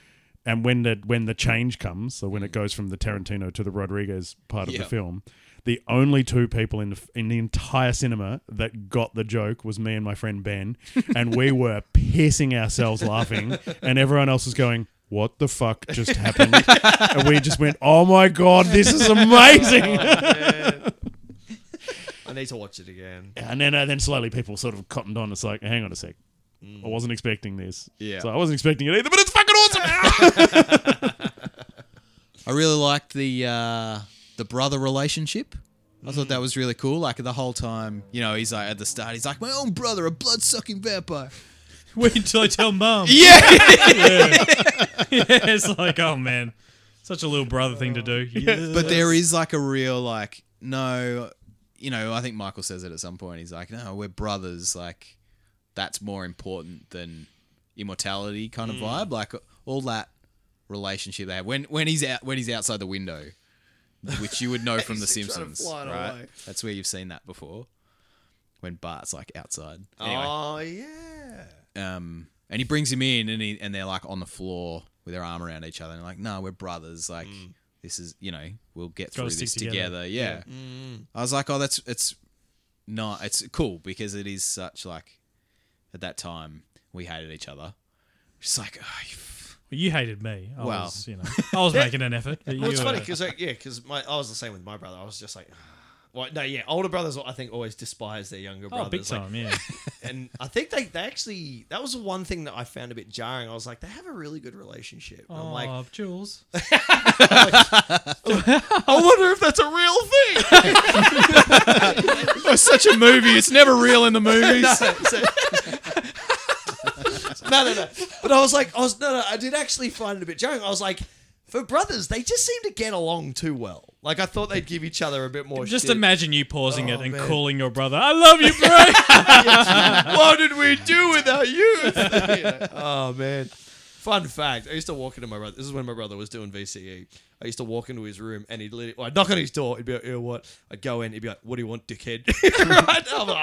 [SPEAKER 4] and when the when the change comes, so when it goes from the Tarantino to the Rodriguez part of
[SPEAKER 1] Yeah.
[SPEAKER 4] the film, the only two people in the, in the entire cinema that got the joke was me and my friend Ben, and we were pissing ourselves laughing, and everyone else was going. What the fuck just happened? and we just went, "Oh my god, this is amazing!"
[SPEAKER 1] "Eh."
[SPEAKER 6] I need to watch it again.
[SPEAKER 4] And then, uh, then slowly people sort of cottoned on. It's like, hang on a sec. I wasn't expecting this.
[SPEAKER 1] Yeah.
[SPEAKER 4] So I wasn't expecting it either, but it's fucking awesome.
[SPEAKER 1] I really liked the uh, the brother relationship. I thought that was really cool. Like the whole time, you know, he's like at the start, he's like my own brother, a blood sucking vampire.
[SPEAKER 3] Wait until I tell mum.
[SPEAKER 1] Yeah,
[SPEAKER 3] it's like, oh man, such a little brother thing to do.
[SPEAKER 1] but there is like a real like no, you know. I think Michael says it at some point. He's like, no, we're brothers. Like that's more important than immortality, kind of
[SPEAKER 6] Mm.
[SPEAKER 1] vibe. Like all that relationship they have when when he's out when he's outside the window, which you would know from The
[SPEAKER 6] He's trying to
[SPEAKER 1] Simpsons,
[SPEAKER 6] fly it
[SPEAKER 1] right?
[SPEAKER 6] away.
[SPEAKER 1] That's where you've seen that before. When Bart's like outside. Anyway.
[SPEAKER 6] Oh yeah.
[SPEAKER 1] um, and he brings him in, and he and they're like on the floor with their arm around each other, and like, no, we're brothers. Like,
[SPEAKER 6] Mm.
[SPEAKER 1] this is you know, we'll get through
[SPEAKER 3] gotta
[SPEAKER 1] this
[SPEAKER 3] stick
[SPEAKER 1] together.
[SPEAKER 3] together.
[SPEAKER 1] Yeah. I was like, oh, that's it's not it's cool because it is such like at that time we hated each other. It's like, oh, you f-
[SPEAKER 3] You hated me. I
[SPEAKER 1] Wow.
[SPEAKER 3] was, you know, I was making an effort. But
[SPEAKER 6] Well, it's
[SPEAKER 3] you
[SPEAKER 6] funny
[SPEAKER 3] were-
[SPEAKER 6] because like, yeah, because my I was the same with my brother. I was just like, well, no, yeah, older brothers I think always despise their younger
[SPEAKER 3] oh,
[SPEAKER 6] brothers.
[SPEAKER 3] big
[SPEAKER 6] Like,
[SPEAKER 3] time, yeah.
[SPEAKER 6] and I think they, they actually that was the one thing that I found a bit jarring. I was like, they have a really good relationship. And I'm
[SPEAKER 3] Oh,
[SPEAKER 6] like, "Oh,
[SPEAKER 3] Jules.
[SPEAKER 6] I wonder if that's a real thing.
[SPEAKER 1] oh, it's such a movie. It's never real in the movies.
[SPEAKER 6] So- no, no, no. But I was like, I was no, no. I did actually find it a bit jarring. I was like, for brothers, they just seem to get along too well. Like I thought they'd give each other a bit more.
[SPEAKER 3] Just
[SPEAKER 6] shit.
[SPEAKER 3] imagine you pausing
[SPEAKER 6] Oh,
[SPEAKER 3] it and
[SPEAKER 6] man.
[SPEAKER 3] calling your brother, I love you, bro.
[SPEAKER 6] what did we do without you? oh man. Fun fact: I used to walk into my brother. This is when my brother was doing VCE. I used to walk into his room and he'd literally, well, I'd knock on his door. He'd be like, "You know what?" I'd go in. He'd be like, "What do you want, dickhead?" right? I'm like,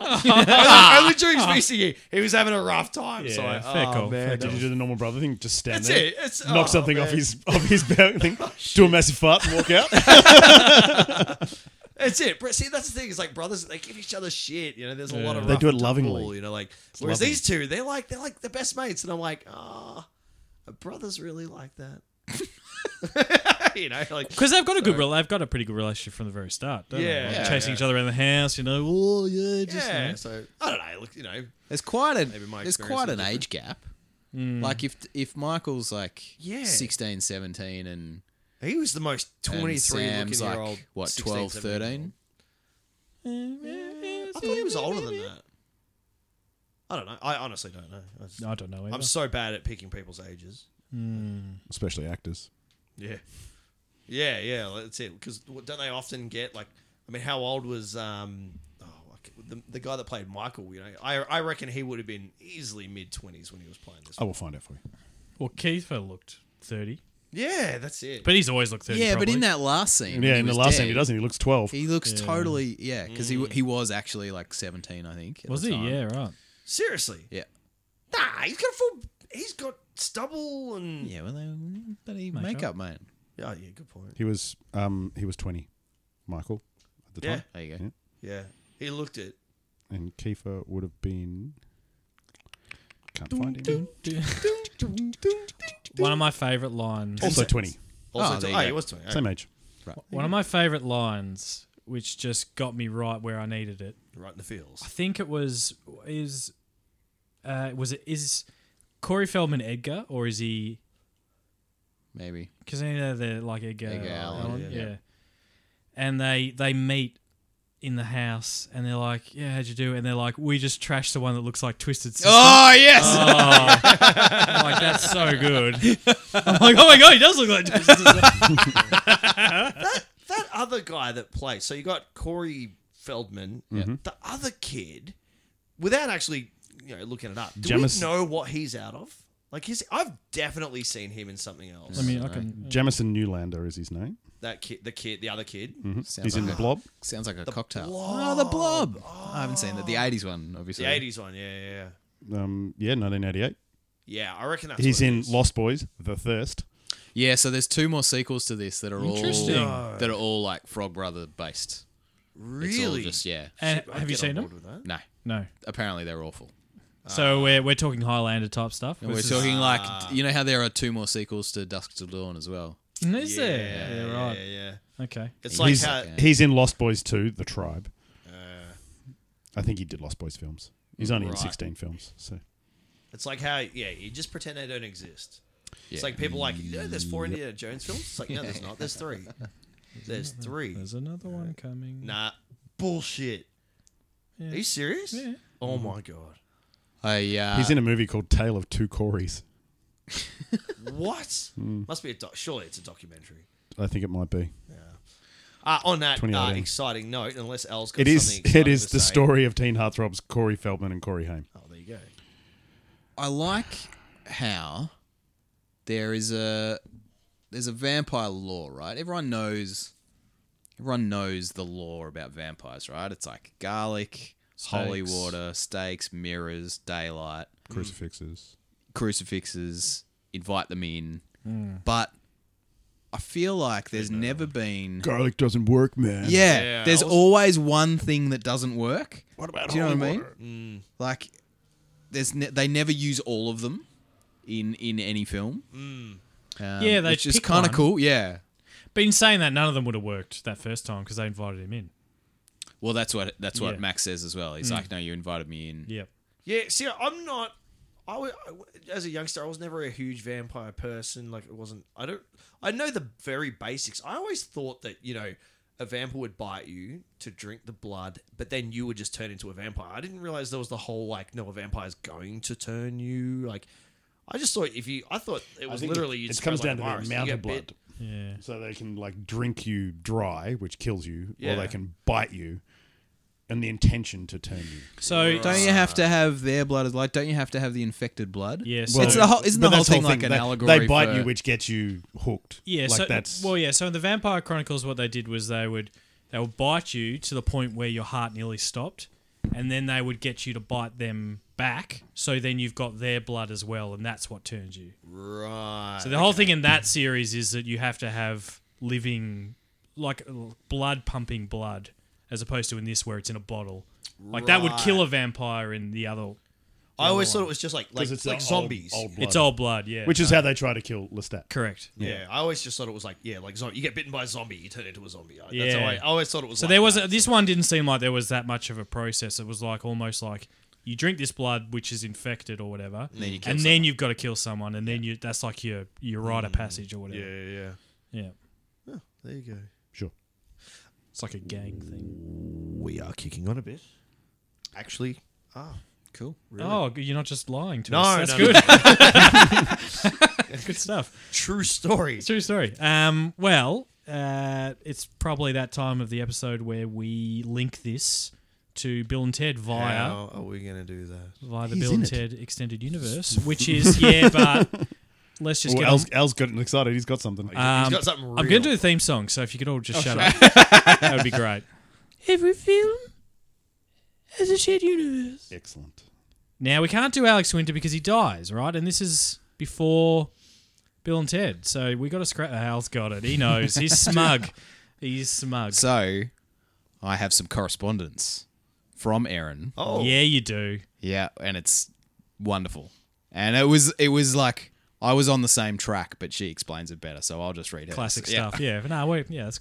[SPEAKER 6] "Ah." Only during his VCE, he was having a rough time. so I,
[SPEAKER 3] Yeah, fair
[SPEAKER 6] oh,
[SPEAKER 3] call, fair
[SPEAKER 6] man, that
[SPEAKER 4] Did you
[SPEAKER 6] was-
[SPEAKER 4] do the normal brother thing? Just stand
[SPEAKER 6] That's
[SPEAKER 4] there,
[SPEAKER 6] it. It's-
[SPEAKER 4] knock
[SPEAKER 6] oh,
[SPEAKER 4] something off
[SPEAKER 6] man. Oh,
[SPEAKER 4] his off his belt thing, do a massive fart, and walk out.
[SPEAKER 6] That's it. But see, that's the thing. It's like brothers, they give each other shit. You know, there's a lot of
[SPEAKER 4] They
[SPEAKER 6] rough
[SPEAKER 4] do it
[SPEAKER 6] and tumble,
[SPEAKER 4] lovingly.
[SPEAKER 6] You know, like whereas
[SPEAKER 4] loving.
[SPEAKER 6] these two, they're like they're like the best mates, and I'm like, ah, are brothers really like that. you know, like
[SPEAKER 3] Because they've got a good, rel they've got a pretty good relationship from the very start. Don't they?
[SPEAKER 6] Yeah.
[SPEAKER 3] Like,
[SPEAKER 6] Yeah,
[SPEAKER 3] chasing
[SPEAKER 6] yeah.
[SPEAKER 3] each other around the house, you know. Oh yeah, just you know.
[SPEAKER 6] yeah. So I don't know. Look, you know,
[SPEAKER 1] There's quite an
[SPEAKER 6] Maybe my
[SPEAKER 1] there's
[SPEAKER 6] experience
[SPEAKER 1] quite an
[SPEAKER 6] is different.
[SPEAKER 1] age gap. Like if if Michael's like
[SPEAKER 6] Yeah.
[SPEAKER 1] 16, 17 and
[SPEAKER 6] he was the most
[SPEAKER 1] and
[SPEAKER 6] 23 looking
[SPEAKER 1] Sam's
[SPEAKER 6] year
[SPEAKER 1] like
[SPEAKER 6] old.
[SPEAKER 1] what
[SPEAKER 6] 16,
[SPEAKER 1] 12,
[SPEAKER 6] 17 year
[SPEAKER 1] 13?
[SPEAKER 6] old. I thought he was older than that. I don't know. I honestly don't know. I just-
[SPEAKER 3] I don't know. Either.
[SPEAKER 6] I'm so bad at picking people's ages.
[SPEAKER 4] Especially actors.
[SPEAKER 6] Yeah. Yeah, yeah, that's it. Because don't they often get like? I mean, how old was um? Oh, I c- the, the guy that played Michael, you know, I, I reckon he would have been easily mid twenties when he was playing
[SPEAKER 1] Oh.
[SPEAKER 6] this.
[SPEAKER 4] I will find out for you.
[SPEAKER 3] Well, Kiefer looked 30,
[SPEAKER 6] Yeah, that's it.
[SPEAKER 3] but he's always looked 30.
[SPEAKER 1] yeah, but
[SPEAKER 3] probably.
[SPEAKER 1] in that last scene, when
[SPEAKER 4] yeah,
[SPEAKER 1] he
[SPEAKER 4] in the
[SPEAKER 1] was
[SPEAKER 4] last
[SPEAKER 1] dead,
[SPEAKER 4] scene he Mm. doesn't. He looks twelve.
[SPEAKER 1] He looks totally yeah, because he he was actually like seventeen, I think. at
[SPEAKER 3] Was
[SPEAKER 1] the
[SPEAKER 3] he?
[SPEAKER 1] time.
[SPEAKER 3] Yeah, right.
[SPEAKER 6] Seriously,
[SPEAKER 1] yeah,
[SPEAKER 6] nah, he's got a full. He's got stubble and yeah,
[SPEAKER 1] yeah. Well, they bloody
[SPEAKER 3] Makeup.
[SPEAKER 1] makeup man.
[SPEAKER 6] oh, yeah, good point.
[SPEAKER 4] He was um he was twenty, Michael, at the
[SPEAKER 6] Yeah.
[SPEAKER 4] time,
[SPEAKER 1] There you go.
[SPEAKER 4] Yeah.
[SPEAKER 6] Yeah, he looked it.
[SPEAKER 4] and Kiefer would have been. Can't find him.
[SPEAKER 3] One of my favorite lines.
[SPEAKER 4] Also twenty,
[SPEAKER 6] Also,
[SPEAKER 1] Oh,
[SPEAKER 6] oh,
[SPEAKER 1] there you
[SPEAKER 6] he
[SPEAKER 1] go.
[SPEAKER 6] was twenty.
[SPEAKER 4] same age.
[SPEAKER 3] One of my favorite lines, which just got me right where I needed it.
[SPEAKER 6] right in the fields.
[SPEAKER 3] I think it was is uh, was it is Corey Feldman Edgar or is he
[SPEAKER 1] Maybe.
[SPEAKER 3] because you know they're like Edgar,
[SPEAKER 1] Edgar
[SPEAKER 3] Allan,
[SPEAKER 1] Allan,
[SPEAKER 3] yeah. And they they meet in the house and they're like, yeah, how'd you do? And they're like, we just trashed the one that looks like Twisted Sister.
[SPEAKER 1] Oh yes.
[SPEAKER 4] Ah,
[SPEAKER 3] I'm like that's so good. I'm like, oh my god, he does look like Twisted Sister.
[SPEAKER 6] That other guy that plays, so you got Corey Feldman,
[SPEAKER 4] Mm-hmm.
[SPEAKER 6] the other kid, without actually you know looking it up. Do
[SPEAKER 4] Jamis-
[SPEAKER 6] we know what he's out of? Like he's, I've definitely seen him in something else.
[SPEAKER 3] I mean, I can.
[SPEAKER 4] Jamison Newlander is his name.
[SPEAKER 6] that kid, the kid, the other kid.
[SPEAKER 4] Mm-hmm.
[SPEAKER 1] Sounds
[SPEAKER 4] He's in the Ah.
[SPEAKER 1] like a-
[SPEAKER 4] Blob.
[SPEAKER 1] Sounds like a cocktail. Oh, the blob. I haven't seen that. The '80s one,
[SPEAKER 6] The
[SPEAKER 1] obviously.
[SPEAKER 6] eighties one, yeah, yeah, yeah.
[SPEAKER 4] Um, yeah, 1988.
[SPEAKER 6] Yeah, I reckon that's.
[SPEAKER 4] He's
[SPEAKER 6] what it
[SPEAKER 4] in
[SPEAKER 6] is.
[SPEAKER 4] Lost Boys, The Thirst.
[SPEAKER 1] Yeah. So there's two more sequels to this that are all
[SPEAKER 3] Interesting.
[SPEAKER 1] that are all like Frog Brother based. It's all
[SPEAKER 6] Really?
[SPEAKER 1] just yeah.
[SPEAKER 3] And
[SPEAKER 6] I'd
[SPEAKER 3] have you
[SPEAKER 6] get on
[SPEAKER 3] seen
[SPEAKER 6] board
[SPEAKER 3] them?
[SPEAKER 6] with that.
[SPEAKER 1] No.
[SPEAKER 3] No.
[SPEAKER 1] Apparently they're awful.
[SPEAKER 3] So we're we're talking Highlander type stuff.
[SPEAKER 1] And we're
[SPEAKER 3] versus-
[SPEAKER 1] talking like
[SPEAKER 4] Ah.
[SPEAKER 1] you know how there are two more sequels to Dusk to Dawn as well.
[SPEAKER 3] Is there?
[SPEAKER 6] Yeah,
[SPEAKER 3] Yeah,
[SPEAKER 6] yeah,
[SPEAKER 3] right.
[SPEAKER 6] yeah, yeah.
[SPEAKER 3] Okay.
[SPEAKER 6] It's like
[SPEAKER 4] he's,
[SPEAKER 6] how. uh,
[SPEAKER 4] he's in Lost Boys 2, The Tribe. I think he did Lost Boys films. He's only in
[SPEAKER 6] Right.
[SPEAKER 4] 16 films. So
[SPEAKER 6] It's like how. Yeah, you just pretend they don't exist.
[SPEAKER 1] Yeah.
[SPEAKER 6] It's like people like you know, there's four Indiana Jones films. It's like no, there's not. There's three. There's three.
[SPEAKER 3] There's another one coming.
[SPEAKER 6] Nah, bullshit. Are you serious?
[SPEAKER 3] Yeah.
[SPEAKER 6] Oh my god.
[SPEAKER 1] I uh,
[SPEAKER 4] he's in a movie called Tale of Two Corys.
[SPEAKER 6] What? Must be a doc. Surely it's a documentary.
[SPEAKER 4] I think it might be.
[SPEAKER 6] Uh, on that uh,
[SPEAKER 4] 2018.
[SPEAKER 6] exciting note, unless Al's got
[SPEAKER 4] It is.
[SPEAKER 6] something
[SPEAKER 4] It
[SPEAKER 6] exciting
[SPEAKER 4] is
[SPEAKER 6] to
[SPEAKER 4] the
[SPEAKER 6] say.
[SPEAKER 4] story of teen heartthrobs Corey Feldman and Corey Haim.
[SPEAKER 6] Oh, there you go.
[SPEAKER 1] I like how there is a there's a vampire law, right? Everyone knows everyone knows the law about vampires, right? It's like garlic, holy
[SPEAKER 3] Stakes.
[SPEAKER 1] water, stakes, mirrors, daylight,
[SPEAKER 6] Mm.
[SPEAKER 4] Crucifixes.
[SPEAKER 1] crucifixes, invite them in.
[SPEAKER 6] Hmm.
[SPEAKER 1] But I feel like there's never been
[SPEAKER 4] Garlic doesn't work, man.
[SPEAKER 1] yeah,
[SPEAKER 6] Yeah, I
[SPEAKER 1] there's
[SPEAKER 6] was-
[SPEAKER 1] always one thing that doesn't work.
[SPEAKER 4] What about
[SPEAKER 1] Do you know
[SPEAKER 4] holy
[SPEAKER 1] what I mean?
[SPEAKER 4] water?
[SPEAKER 1] Like, there's ne- they never use all of them in in any film. Um,
[SPEAKER 3] Mm. Yeah, they
[SPEAKER 1] which is
[SPEAKER 3] pick
[SPEAKER 1] kind
[SPEAKER 3] one.
[SPEAKER 1] of cool. Yeah.
[SPEAKER 3] But in saying that, none of them would have worked that first time because they invited him in.
[SPEAKER 1] Well, that's what that's what
[SPEAKER 3] Yeah. Mm.
[SPEAKER 1] Max says as well. He's like, "No, you invited me in."
[SPEAKER 3] Yep.
[SPEAKER 6] Yeah, see, I'm not. I wa- I wa- as a youngster, I was never a huge vampire person. Like it wasn't. I don't. I know the very basics. I always thought that you know a vampire would bite you to drink the blood, but then you would just turn into a vampire. I didn't realize there was the whole like no, a vampire's going to turn you. Like I just thought if you, I thought it was
[SPEAKER 4] think
[SPEAKER 6] literally
[SPEAKER 4] it-
[SPEAKER 6] you'd
[SPEAKER 4] it
[SPEAKER 6] spread
[SPEAKER 4] comes
[SPEAKER 6] like
[SPEAKER 4] down
[SPEAKER 6] a
[SPEAKER 4] to the
[SPEAKER 6] virus. You
[SPEAKER 4] amount
[SPEAKER 6] get
[SPEAKER 4] of blood.
[SPEAKER 6] bit.
[SPEAKER 3] Yeah.
[SPEAKER 4] So they can like drink you dry, which kills you,
[SPEAKER 6] Yeah.
[SPEAKER 4] or they can bite you, and the intention to turn you.
[SPEAKER 3] So
[SPEAKER 1] Oh, Don't you have to have their blood? as- Like, don't you have to have the infected blood?
[SPEAKER 3] Yeah,
[SPEAKER 1] Yes.
[SPEAKER 3] so-
[SPEAKER 1] it's the whole. Isn't
[SPEAKER 4] but
[SPEAKER 1] the whole
[SPEAKER 4] that's
[SPEAKER 1] thing like an
[SPEAKER 4] They-
[SPEAKER 1] allegory?
[SPEAKER 4] They bite
[SPEAKER 1] for-
[SPEAKER 4] you, which gets you hooked.
[SPEAKER 3] yeah.
[SPEAKER 4] like
[SPEAKER 3] so
[SPEAKER 4] that's
[SPEAKER 3] well, yeah. So in the Vampire Chronicles, what they did was they would they would bite you to the point where your heart nearly stopped, and then they would get you to bite them back. So then you've got their blood as well, and that's what turns you.
[SPEAKER 6] Right.
[SPEAKER 3] So the whole thing in that series is that you have to have living, like blood pumping blood, as opposed to in this where it's in a bottle. Like that would kill a vampire in the other.
[SPEAKER 6] I always thought it was just like like,
[SPEAKER 4] 'cause it's
[SPEAKER 6] like
[SPEAKER 4] the old-
[SPEAKER 6] zombies.
[SPEAKER 4] old
[SPEAKER 3] It's
[SPEAKER 4] blood.
[SPEAKER 3] all blood, yeah.
[SPEAKER 4] which is how they try to kill Lestat.
[SPEAKER 3] correct.
[SPEAKER 6] Yeah, I always just thought it was like yeah, like zombie. You get bitten by a zombie, you turn into a zombie. I- That's
[SPEAKER 3] Yeah.
[SPEAKER 6] how I, I always thought it was.
[SPEAKER 3] So
[SPEAKER 6] like
[SPEAKER 3] there was
[SPEAKER 6] that.
[SPEAKER 3] a, this one didn't seem like there was that much of a process. It was like almost like you drink this blood which is infected or whatever, and
[SPEAKER 1] then you kill
[SPEAKER 3] have got to kill someone, and then you that's like your your rite of passage or whatever. Yeah.
[SPEAKER 6] yeah, yeah. There you go.
[SPEAKER 4] Sure.
[SPEAKER 3] it's like a gang thing.
[SPEAKER 6] We are kicking on a bit. Actually, ah,
[SPEAKER 1] Cool.
[SPEAKER 3] Oh, you're not just lying to
[SPEAKER 6] No,
[SPEAKER 3] us. That's
[SPEAKER 6] no,
[SPEAKER 3] good. good stuff.
[SPEAKER 6] true story.
[SPEAKER 3] True story. Um, well, uh, it's probably that time of the episode where we link this to Bill and Ted via
[SPEAKER 6] How are we gonna do that?
[SPEAKER 3] via the
[SPEAKER 4] He's
[SPEAKER 3] Bill
[SPEAKER 4] in
[SPEAKER 3] and
[SPEAKER 4] it.
[SPEAKER 3] Ted extended universe, which is yeah, but let's just
[SPEAKER 4] Well,
[SPEAKER 3] get. on-
[SPEAKER 4] Al's, Al's getting excited. He's got something.
[SPEAKER 3] um,
[SPEAKER 6] He's got something real.
[SPEAKER 3] I'm going to do the theme song, so if you could all just shut up, that would be great. Every film has a shared universe.
[SPEAKER 4] Excellent.
[SPEAKER 3] Now we can't do Alex Winter because he dies, right? And this is before Bill and Ted, so we got to scrap. Al's got it. He knows. He's smug. He's smug.
[SPEAKER 1] So, I have some correspondence from Aaron.
[SPEAKER 6] Oh,
[SPEAKER 3] Yeah, you do.
[SPEAKER 1] Yeah, and it's wonderful. And it was it was like I was on the same track, but she explains it better, so I'll just read it.
[SPEAKER 3] Classic stuff. Yeah. But No, wait. Yeah. That's,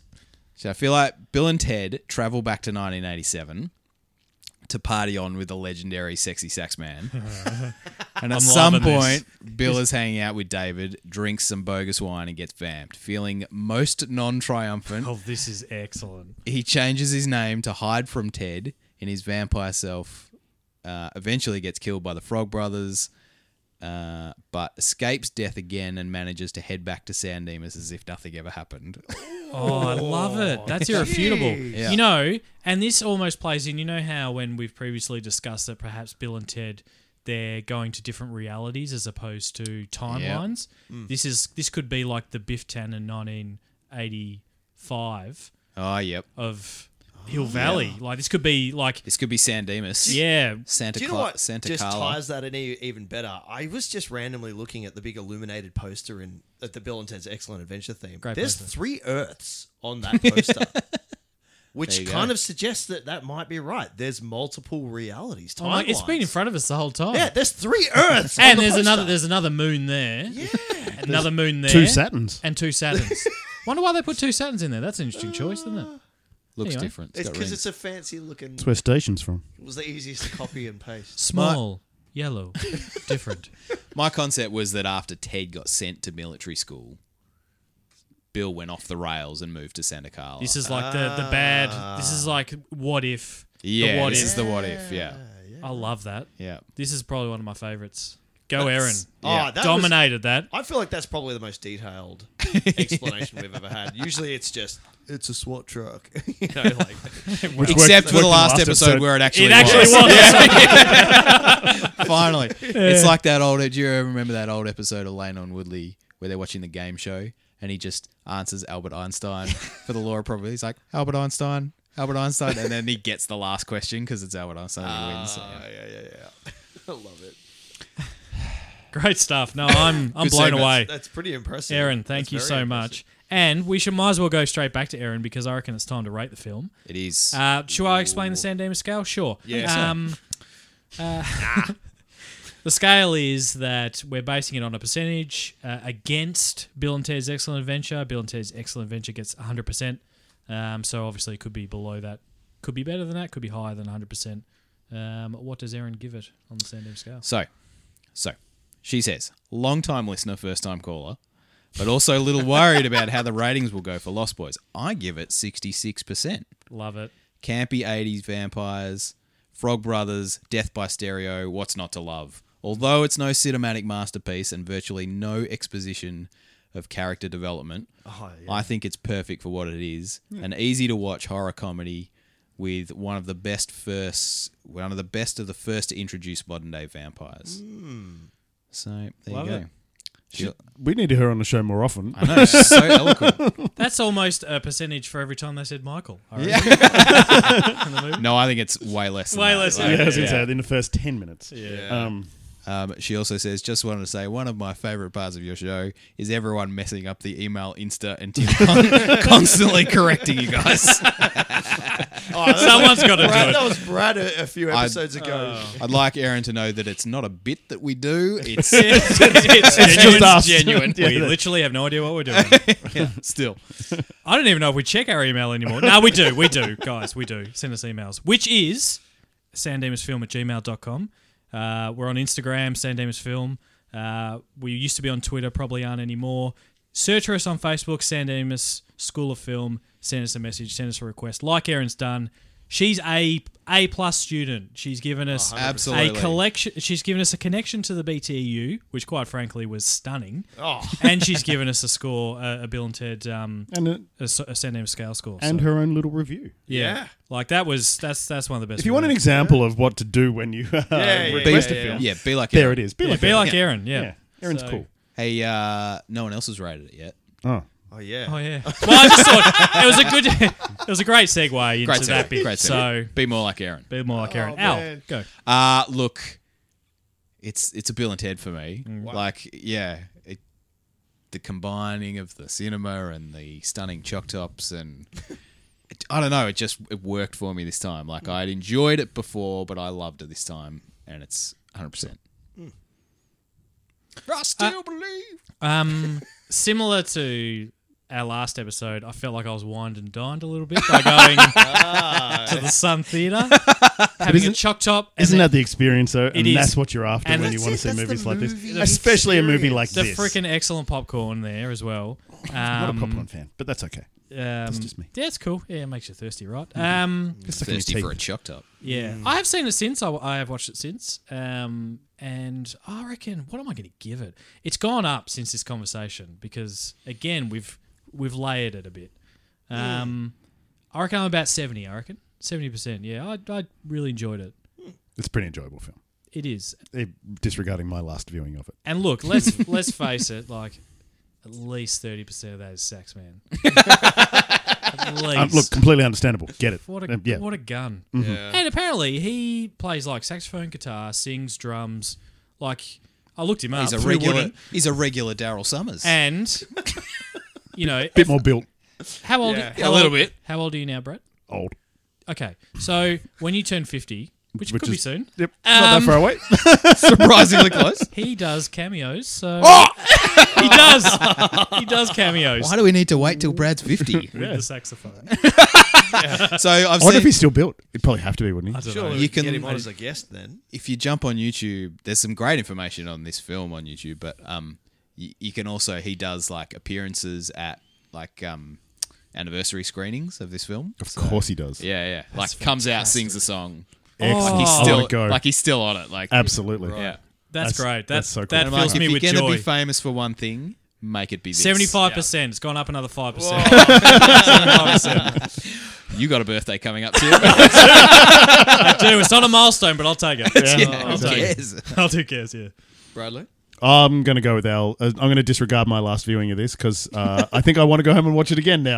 [SPEAKER 1] So I feel like Bill and Ted travel back to 1987 to party on with the legendary sexy sax man. and at
[SPEAKER 3] I'm
[SPEAKER 1] some
[SPEAKER 3] loving this.
[SPEAKER 1] point, Bill is hanging out with David, drinks some bogus wine, and gets vamped. Feeling most non triumphant,
[SPEAKER 3] oh, this is excellent.
[SPEAKER 1] he changes his name to hide from Ted in his vampire self. Uh, eventually gets killed by the Frog Brothers, uh, but escapes death again and manages to head back to San Dimas as if nothing ever happened.
[SPEAKER 3] Oh, I love it. That's irrefutable.
[SPEAKER 1] Yeah.
[SPEAKER 3] You know, and this almost plays in. You know how when we've previously discussed that perhaps Bill and Ted they're going to different realities as opposed to timelines.
[SPEAKER 6] Mm.
[SPEAKER 3] This is this could be like the Biff Tannen 1985
[SPEAKER 1] oh, yep.
[SPEAKER 3] of
[SPEAKER 6] Oh,
[SPEAKER 3] Hill Valley. Like this could be like
[SPEAKER 1] This could be San Dimas.
[SPEAKER 3] yeah.
[SPEAKER 1] Santa
[SPEAKER 6] Do you know
[SPEAKER 1] Cla-
[SPEAKER 6] what
[SPEAKER 1] Santa
[SPEAKER 6] just
[SPEAKER 1] Carla.
[SPEAKER 6] ties that in e- even better? I was just randomly looking at the big illuminated poster in at the Bill and Ted's Excellent Adventure theme.
[SPEAKER 3] Great
[SPEAKER 6] There's
[SPEAKER 3] poster.
[SPEAKER 6] three Earths on that poster,
[SPEAKER 1] There
[SPEAKER 6] which
[SPEAKER 1] you go.
[SPEAKER 6] kind of suggests that that might be right. There's multiple realities.
[SPEAKER 3] I'm like, Oh it's been in
[SPEAKER 6] timelines.
[SPEAKER 3] front of us the whole time.
[SPEAKER 6] Yeah, there's three Earths, on
[SPEAKER 3] and
[SPEAKER 6] the
[SPEAKER 3] there's
[SPEAKER 6] poster.
[SPEAKER 3] another there's another moon there. Yeah. Another moon there.
[SPEAKER 4] Two Saturns.
[SPEAKER 3] and two Saturns. Wonder why they put two Saturns in there. That's an interesting choice, isn't it?
[SPEAKER 1] Looks
[SPEAKER 3] Anyway.
[SPEAKER 1] different. It's
[SPEAKER 6] It's
[SPEAKER 1] got
[SPEAKER 6] because
[SPEAKER 1] rings.
[SPEAKER 6] it's a fancy looking.
[SPEAKER 4] That's where station's from.
[SPEAKER 6] It was the easiest to copy and paste.
[SPEAKER 3] Small, yellow, different.
[SPEAKER 1] My concept was that after Ted got sent to military school, Bill went off the rails and moved to Santa Carla.
[SPEAKER 3] This is like the the bad. This is like what if.
[SPEAKER 1] yeah,
[SPEAKER 3] The what
[SPEAKER 1] this
[SPEAKER 3] if.
[SPEAKER 1] is the what if. Yeah,
[SPEAKER 3] I love that.
[SPEAKER 1] yeah.
[SPEAKER 3] This is probably one of my favorites. Go, Aaron.
[SPEAKER 6] Oh, that was-
[SPEAKER 3] Dominated that.
[SPEAKER 6] I feel like that's probably the most detailed explanation we've ever had. Usually, it's just it's a SWAT truck. you know, like
[SPEAKER 4] Which
[SPEAKER 1] Except
[SPEAKER 4] worked-
[SPEAKER 1] for the
[SPEAKER 4] worked in
[SPEAKER 1] last episode, where it actually
[SPEAKER 3] It actually was.
[SPEAKER 1] was. Finally, it's like that old. Do you remember that old episode of Lane on Woodley where they're watching the game show and he just answers Albert Einstein for the law of probability? He's like Albert Einstein, Albert Einstein, and then he gets the last question because it's Albert Einstein and he wins.
[SPEAKER 6] Ah, yeah, yeah, yeah. I love it.
[SPEAKER 3] Great stuff. No, I'm I'm
[SPEAKER 1] Good
[SPEAKER 3] blown
[SPEAKER 1] segments.
[SPEAKER 3] away.
[SPEAKER 6] That's pretty impressive.
[SPEAKER 3] Aaron, thank
[SPEAKER 6] That's
[SPEAKER 3] you
[SPEAKER 6] very
[SPEAKER 3] so
[SPEAKER 6] impressive.
[SPEAKER 3] much. And we should might as well go straight back to Aaron because I reckon it's time to rate the film.
[SPEAKER 1] It is.
[SPEAKER 3] Uh, should I explain the San Dimas scale? Sure.
[SPEAKER 1] Yeah.
[SPEAKER 3] Um, uh, the scale is that we're basing it on a percentage uh, against Bill and Ted's Excellent Adventure. Bill and Ted's Excellent Adventure gets 100%. Um, so obviously it could be below that. Could be better than that. Could be higher than 100%. Um, what does Aaron give it on the San Dimas scale?
[SPEAKER 1] So, so she says, long time listener, first time caller, but also a little worried about how the ratings will go for Lost Boys. I give it 66%.
[SPEAKER 3] Love it.
[SPEAKER 1] Campy 80s vampires, Frog Brothers, Death by Stereo, What's Not to Love. Although it's no cinematic masterpiece and virtually no exposition of character development,
[SPEAKER 6] Oh, yeah.
[SPEAKER 1] I think it's perfect for what it is.
[SPEAKER 3] Hmm.
[SPEAKER 1] An easy to watch horror comedy with one of the best first one of the best of the first to introduce modern day vampires. So there
[SPEAKER 3] Hmm. Love
[SPEAKER 1] you go.
[SPEAKER 3] it.
[SPEAKER 1] She-
[SPEAKER 4] We need her on the show more often.
[SPEAKER 1] I know, she's so eloquent.
[SPEAKER 3] That's almost a percentage for every time they said Michael. I reckon. In the movie.
[SPEAKER 1] No, I think it's way less. than
[SPEAKER 3] Way
[SPEAKER 1] that.
[SPEAKER 3] less
[SPEAKER 1] Like,
[SPEAKER 3] than
[SPEAKER 4] yeah, I was
[SPEAKER 3] Yeah.
[SPEAKER 4] gonna say in the first ten minutes.
[SPEAKER 6] Yeah.
[SPEAKER 4] Um,
[SPEAKER 1] Um, she also says, just wanted to say one of my favorite parts of your show is everyone messing up the email, Insta, and Tim con- constantly correcting you guys.
[SPEAKER 3] Someone's got to do
[SPEAKER 6] Brad,
[SPEAKER 3] it.
[SPEAKER 6] that was Brad a, a few
[SPEAKER 1] I-
[SPEAKER 6] episodes ago.
[SPEAKER 1] I'd like Aaron to know that it's not a bit that we do. It's
[SPEAKER 3] it's, it's, genuine.
[SPEAKER 4] just us.
[SPEAKER 3] genuine.
[SPEAKER 4] Yeah,
[SPEAKER 3] we
[SPEAKER 4] that-
[SPEAKER 3] literally have no idea what we're doing.
[SPEAKER 1] yeah, still.
[SPEAKER 3] I don't even know if we check our email anymore. No, we do. We do. Guys, we do. Send us emails, which is sandemusfilm at gmail.com. Uh, we're on Instagram, sandemusfilm. Uh, we used to be on Twitter, probably aren't anymore. Search for us on Facebook, Sandemus School of Film. Send us a message, send us a request, like Aaron's done. She's a A plus student. She's given us a
[SPEAKER 1] Absolutely.
[SPEAKER 3] collection. She's given us a connection to the BTU, which quite frankly was stunning.
[SPEAKER 6] Oh.
[SPEAKER 3] and she's given us a score, uh, a, a Bill and Ted, um,
[SPEAKER 4] And uh,
[SPEAKER 3] a, s- a San Diego scale score.
[SPEAKER 4] and
[SPEAKER 3] so,
[SPEAKER 4] her own little review.
[SPEAKER 3] yeah.
[SPEAKER 6] Yeah.
[SPEAKER 3] like that was that's that's one of the best.
[SPEAKER 4] If you want an
[SPEAKER 3] reviews.
[SPEAKER 4] example of what to do when you uh,
[SPEAKER 6] yeah, yeah,
[SPEAKER 4] request
[SPEAKER 6] yeah,
[SPEAKER 4] a film,
[SPEAKER 1] Yeah, be like
[SPEAKER 4] there
[SPEAKER 1] Aaron.
[SPEAKER 4] it is. Be
[SPEAKER 3] yeah,
[SPEAKER 4] like
[SPEAKER 3] be
[SPEAKER 4] that.
[SPEAKER 3] like Aaron, yeah.
[SPEAKER 4] yeah. Aaron's
[SPEAKER 3] So-
[SPEAKER 4] cool.
[SPEAKER 1] Hey, uh, no one else has rated it yet.
[SPEAKER 4] Oh.
[SPEAKER 6] Oh yeah.
[SPEAKER 3] Oh yeah. Well, I just thought it was a good, it was a great segue into
[SPEAKER 1] Great
[SPEAKER 3] that
[SPEAKER 1] segue.
[SPEAKER 3] bit.
[SPEAKER 1] Great
[SPEAKER 3] so
[SPEAKER 1] segue. Be more like Aaron.
[SPEAKER 3] be more like Aaron.
[SPEAKER 6] Oh,
[SPEAKER 3] Al,
[SPEAKER 6] man.
[SPEAKER 3] go.
[SPEAKER 1] Uh look, it's it's a Bill and Ted for me. Like, yeah, it, the combining of the cinema and the stunning choc tops and it- I don't know, it just it worked for me this time. Like I'd enjoyed it before, but I loved it this time, and it's hundred percent. I still believe.
[SPEAKER 3] Um, similar to our last episode, I felt like I was wined and dined a little bit by going to the Sun Theatre, having a
[SPEAKER 4] isn't-
[SPEAKER 3] choc top. and
[SPEAKER 4] Isn't
[SPEAKER 3] then
[SPEAKER 4] that the experience, though? And
[SPEAKER 3] is.
[SPEAKER 4] that's what you're after
[SPEAKER 3] And
[SPEAKER 4] when you
[SPEAKER 3] that's
[SPEAKER 4] want to
[SPEAKER 6] it,
[SPEAKER 4] see
[SPEAKER 6] that's
[SPEAKER 4] movies
[SPEAKER 6] the
[SPEAKER 4] like this.
[SPEAKER 6] movie
[SPEAKER 4] Especially a movie like
[SPEAKER 3] the
[SPEAKER 4] this.
[SPEAKER 3] freaking excellent popcorn there as well? Um,
[SPEAKER 4] Not a popcorn fan, but that's okay.
[SPEAKER 3] that's
[SPEAKER 4] just me.
[SPEAKER 3] Yeah, it's cool. Yeah, it makes you thirsty, right? Um,
[SPEAKER 4] Just suck in your
[SPEAKER 1] Thirsty
[SPEAKER 4] teeth.
[SPEAKER 1] for a choc top.
[SPEAKER 3] yeah, I have seen it since. I, I have watched it since, um, and I reckon what am I going to give it? It's gone up since this conversation because again we've we've layered it a bit. Um, I reckon I'm about seventy. I reckon seventy percent. Yeah, I, I really enjoyed it.
[SPEAKER 4] It's a pretty enjoyable film.
[SPEAKER 3] It is,
[SPEAKER 4] Eh, Disregarding my last viewing of it.
[SPEAKER 3] and look, let's let's face it, like. At least thirty percent of that is sex, man. At least.
[SPEAKER 4] Um, look, completely understandable. Get it.
[SPEAKER 3] What a
[SPEAKER 4] Um, yeah.
[SPEAKER 3] what a gun!
[SPEAKER 6] Yeah.
[SPEAKER 3] And apparently he plays like saxophone, guitar, sings, drums. Like I looked him up.
[SPEAKER 1] He's a
[SPEAKER 3] who
[SPEAKER 1] regular.
[SPEAKER 3] wouldn't?
[SPEAKER 1] He's a regular Daryl Summers.
[SPEAKER 3] And you know,
[SPEAKER 4] Bit more built.
[SPEAKER 3] how old?
[SPEAKER 6] Yeah.
[SPEAKER 1] A
[SPEAKER 3] how
[SPEAKER 1] little
[SPEAKER 3] old-
[SPEAKER 1] bit.
[SPEAKER 3] How old are you now, Brett?
[SPEAKER 4] Old.
[SPEAKER 3] Okay, so when you turn fifty, which,
[SPEAKER 4] Which
[SPEAKER 3] could be
[SPEAKER 4] is-
[SPEAKER 3] soon,
[SPEAKER 4] Yep.
[SPEAKER 3] Um,
[SPEAKER 4] Not that far away.
[SPEAKER 1] Surprisingly close.
[SPEAKER 3] he does cameos. So
[SPEAKER 4] Oh!
[SPEAKER 3] he does. He does cameos
[SPEAKER 1] Why do we need to wait till Brad's fifty?
[SPEAKER 3] with the saxophone.
[SPEAKER 1] so I've
[SPEAKER 4] I wonder
[SPEAKER 1] seen.
[SPEAKER 4] if he's still built. It'd probably have to be, wouldn't
[SPEAKER 3] I
[SPEAKER 4] he?
[SPEAKER 3] don't
[SPEAKER 6] Sure,
[SPEAKER 3] know.
[SPEAKER 1] You
[SPEAKER 6] you can
[SPEAKER 1] can-
[SPEAKER 6] get him on as a guest then.
[SPEAKER 1] if you jump on YouTube, there's some great information on this film on YouTube, but um, you, you can also he does like appearances at like um anniversary screenings of this film.
[SPEAKER 4] Of course he does.
[SPEAKER 1] Yeah, yeah. like comes out, sings a song.
[SPEAKER 4] Excellent.
[SPEAKER 1] He's
[SPEAKER 3] Oh
[SPEAKER 4] I
[SPEAKER 1] still
[SPEAKER 4] wanna go.
[SPEAKER 1] like he's still on it. Like
[SPEAKER 4] Absolutely.
[SPEAKER 1] yeah.
[SPEAKER 3] That's,
[SPEAKER 4] That's-
[SPEAKER 3] great. That's,
[SPEAKER 4] that's so cool.
[SPEAKER 3] that
[SPEAKER 4] And
[SPEAKER 1] I'm
[SPEAKER 3] fills
[SPEAKER 1] like, if
[SPEAKER 3] me
[SPEAKER 1] you're
[SPEAKER 3] with
[SPEAKER 1] gonna
[SPEAKER 3] joy.
[SPEAKER 1] be famous for one thing, make it be this.
[SPEAKER 3] Seventy-five percent. It's gone up another five percent.
[SPEAKER 1] You got a birthday coming up too.
[SPEAKER 3] do. It's not a milestone, but I'll take it.
[SPEAKER 1] yeah,
[SPEAKER 3] I'll
[SPEAKER 1] who
[SPEAKER 3] take it.
[SPEAKER 1] cares?
[SPEAKER 3] I'll do cares, yeah.
[SPEAKER 1] Bradley.
[SPEAKER 4] I'm going to go with Al. Uh, I'm going to disregard my last viewing of this because uh, I think I want to go home and watch it again now.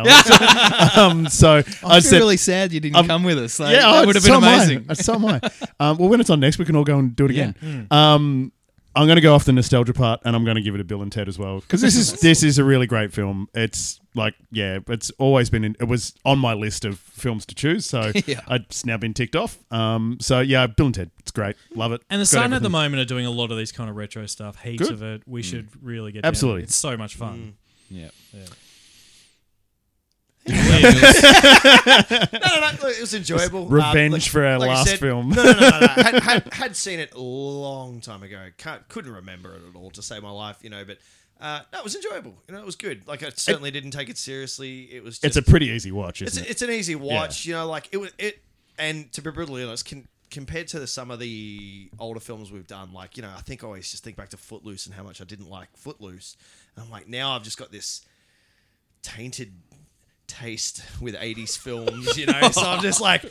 [SPEAKER 4] um,
[SPEAKER 1] I
[SPEAKER 4] so I
[SPEAKER 1] feel
[SPEAKER 4] said.
[SPEAKER 1] really sad you didn't
[SPEAKER 4] I'm-
[SPEAKER 1] come with us. Like,
[SPEAKER 4] yeah,
[SPEAKER 1] that
[SPEAKER 4] oh,
[SPEAKER 1] would have
[SPEAKER 4] so
[SPEAKER 1] been
[SPEAKER 4] am I.
[SPEAKER 1] amazing.
[SPEAKER 4] Uh, So am I. Um, well, when it's on next, we can all go and do it again. Um, I'm going to go off the nostalgia part, and I'm going to give it a Bill and Ted as well because this is this is a really great film. It's like yeah, it's always been in, it was on my list of films to choose, so
[SPEAKER 1] Yeah.
[SPEAKER 4] it's now been ticked off. Um, so yeah, Bill and Ted, it's great, love it.
[SPEAKER 3] And the
[SPEAKER 4] Got
[SPEAKER 3] Sun at
[SPEAKER 4] everything.
[SPEAKER 3] the moment are doing a lot of these kind of retro stuff. Heaps
[SPEAKER 4] Good.
[SPEAKER 3] of it. We should really get
[SPEAKER 4] Absolutely.
[SPEAKER 3] Down. It's so much fun.
[SPEAKER 1] Yeah.
[SPEAKER 6] No, no, no. look, It was enjoyable.
[SPEAKER 4] Revenge
[SPEAKER 6] Uh, like-
[SPEAKER 4] for our
[SPEAKER 6] like I
[SPEAKER 4] last
[SPEAKER 6] said-
[SPEAKER 4] film.
[SPEAKER 6] No, no, no, no. no. had, had, had seen it a long time ago. Can't, couldn't remember it at all to save my life, you know. But uh, no, it was enjoyable. You know, it was good. Like I certainly didn't take it seriously. It was.
[SPEAKER 4] It's
[SPEAKER 6] Just,
[SPEAKER 4] a pretty easy watch,
[SPEAKER 6] It's,
[SPEAKER 4] isn't it?
[SPEAKER 6] it's an easy watch. You know, like it was it. And to be brutally honest, can, compared to the, some of the older films we've done, like you know, I think I always just think back to Footloose and how much I didn't like Footloose. And I'm like, now I've just got this tainted taste with 80s films, you know. so I'm just like,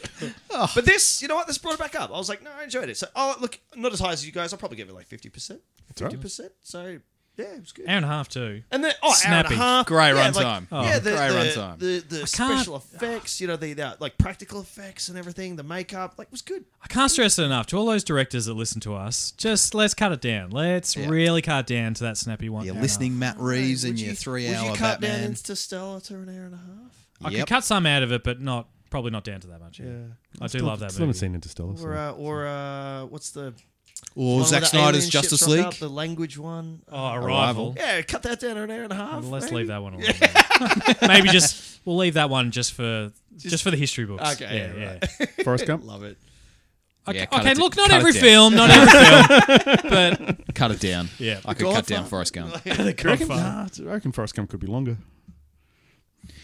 [SPEAKER 6] but this, you know what? This brought it back up. I was like, no, I enjoyed it. So, oh, look, not as high as you guys. I'll probably give it like 50%. 50%. So, yeah, it was good.
[SPEAKER 3] Hour and a half too.
[SPEAKER 6] And then, oh,
[SPEAKER 3] Snappy.
[SPEAKER 6] hour and a half.
[SPEAKER 1] Great
[SPEAKER 6] yeah,
[SPEAKER 1] runtime. Oh.
[SPEAKER 6] Like, yeah, the,
[SPEAKER 1] Great
[SPEAKER 6] the,
[SPEAKER 1] runtime.
[SPEAKER 6] The, the,
[SPEAKER 3] can't-
[SPEAKER 6] special effects, you know, the, the like practical effects and everything, the makeup, like was good.
[SPEAKER 3] I can't stress it enough to all those directors that listen to us. Just let's cut it down. Let's really cut it down to that snappy one.
[SPEAKER 1] You're
[SPEAKER 3] hour.
[SPEAKER 1] listening, Matt Reeves, and
[SPEAKER 6] Would
[SPEAKER 1] your
[SPEAKER 6] you-
[SPEAKER 1] three-hour
[SPEAKER 6] Would you cut
[SPEAKER 1] Batman.
[SPEAKER 6] down Interstellar to an hour and a half?
[SPEAKER 3] I
[SPEAKER 1] Yep.
[SPEAKER 3] could cut some out of it, but not probably not down to that much. Yeah, I do love that
[SPEAKER 4] Still
[SPEAKER 3] movie.
[SPEAKER 4] haven't seen Interstellar. so-
[SPEAKER 6] Or, uh, or uh, what's the.
[SPEAKER 1] Or
[SPEAKER 6] one
[SPEAKER 1] Zack
[SPEAKER 6] with the
[SPEAKER 1] Snyder's
[SPEAKER 6] alien
[SPEAKER 1] Justice
[SPEAKER 6] ships rock
[SPEAKER 1] League.
[SPEAKER 6] out, The language one. Uh,
[SPEAKER 3] Oh,
[SPEAKER 1] Arrival.
[SPEAKER 3] Arrival.
[SPEAKER 6] yeah, cut that down to an hour and a half.
[SPEAKER 3] Let's
[SPEAKER 6] maybe.
[SPEAKER 3] leave that one alone. Maybe just we'll leave that one just for just, for the history books.
[SPEAKER 6] Okay,
[SPEAKER 3] yeah,
[SPEAKER 6] yeah,
[SPEAKER 3] yeah.
[SPEAKER 4] Forrest Gump.
[SPEAKER 6] Love it.
[SPEAKER 3] Okay,
[SPEAKER 1] Yeah, cut
[SPEAKER 3] okay,
[SPEAKER 1] it-
[SPEAKER 3] look, not
[SPEAKER 1] cut it
[SPEAKER 3] every
[SPEAKER 1] down.
[SPEAKER 3] film, not every film, but
[SPEAKER 1] Cut it down.
[SPEAKER 3] Yeah.
[SPEAKER 1] I could cut down Forrest Gump.
[SPEAKER 4] I reckon, nah, I reckon Forrest Gump could be longer.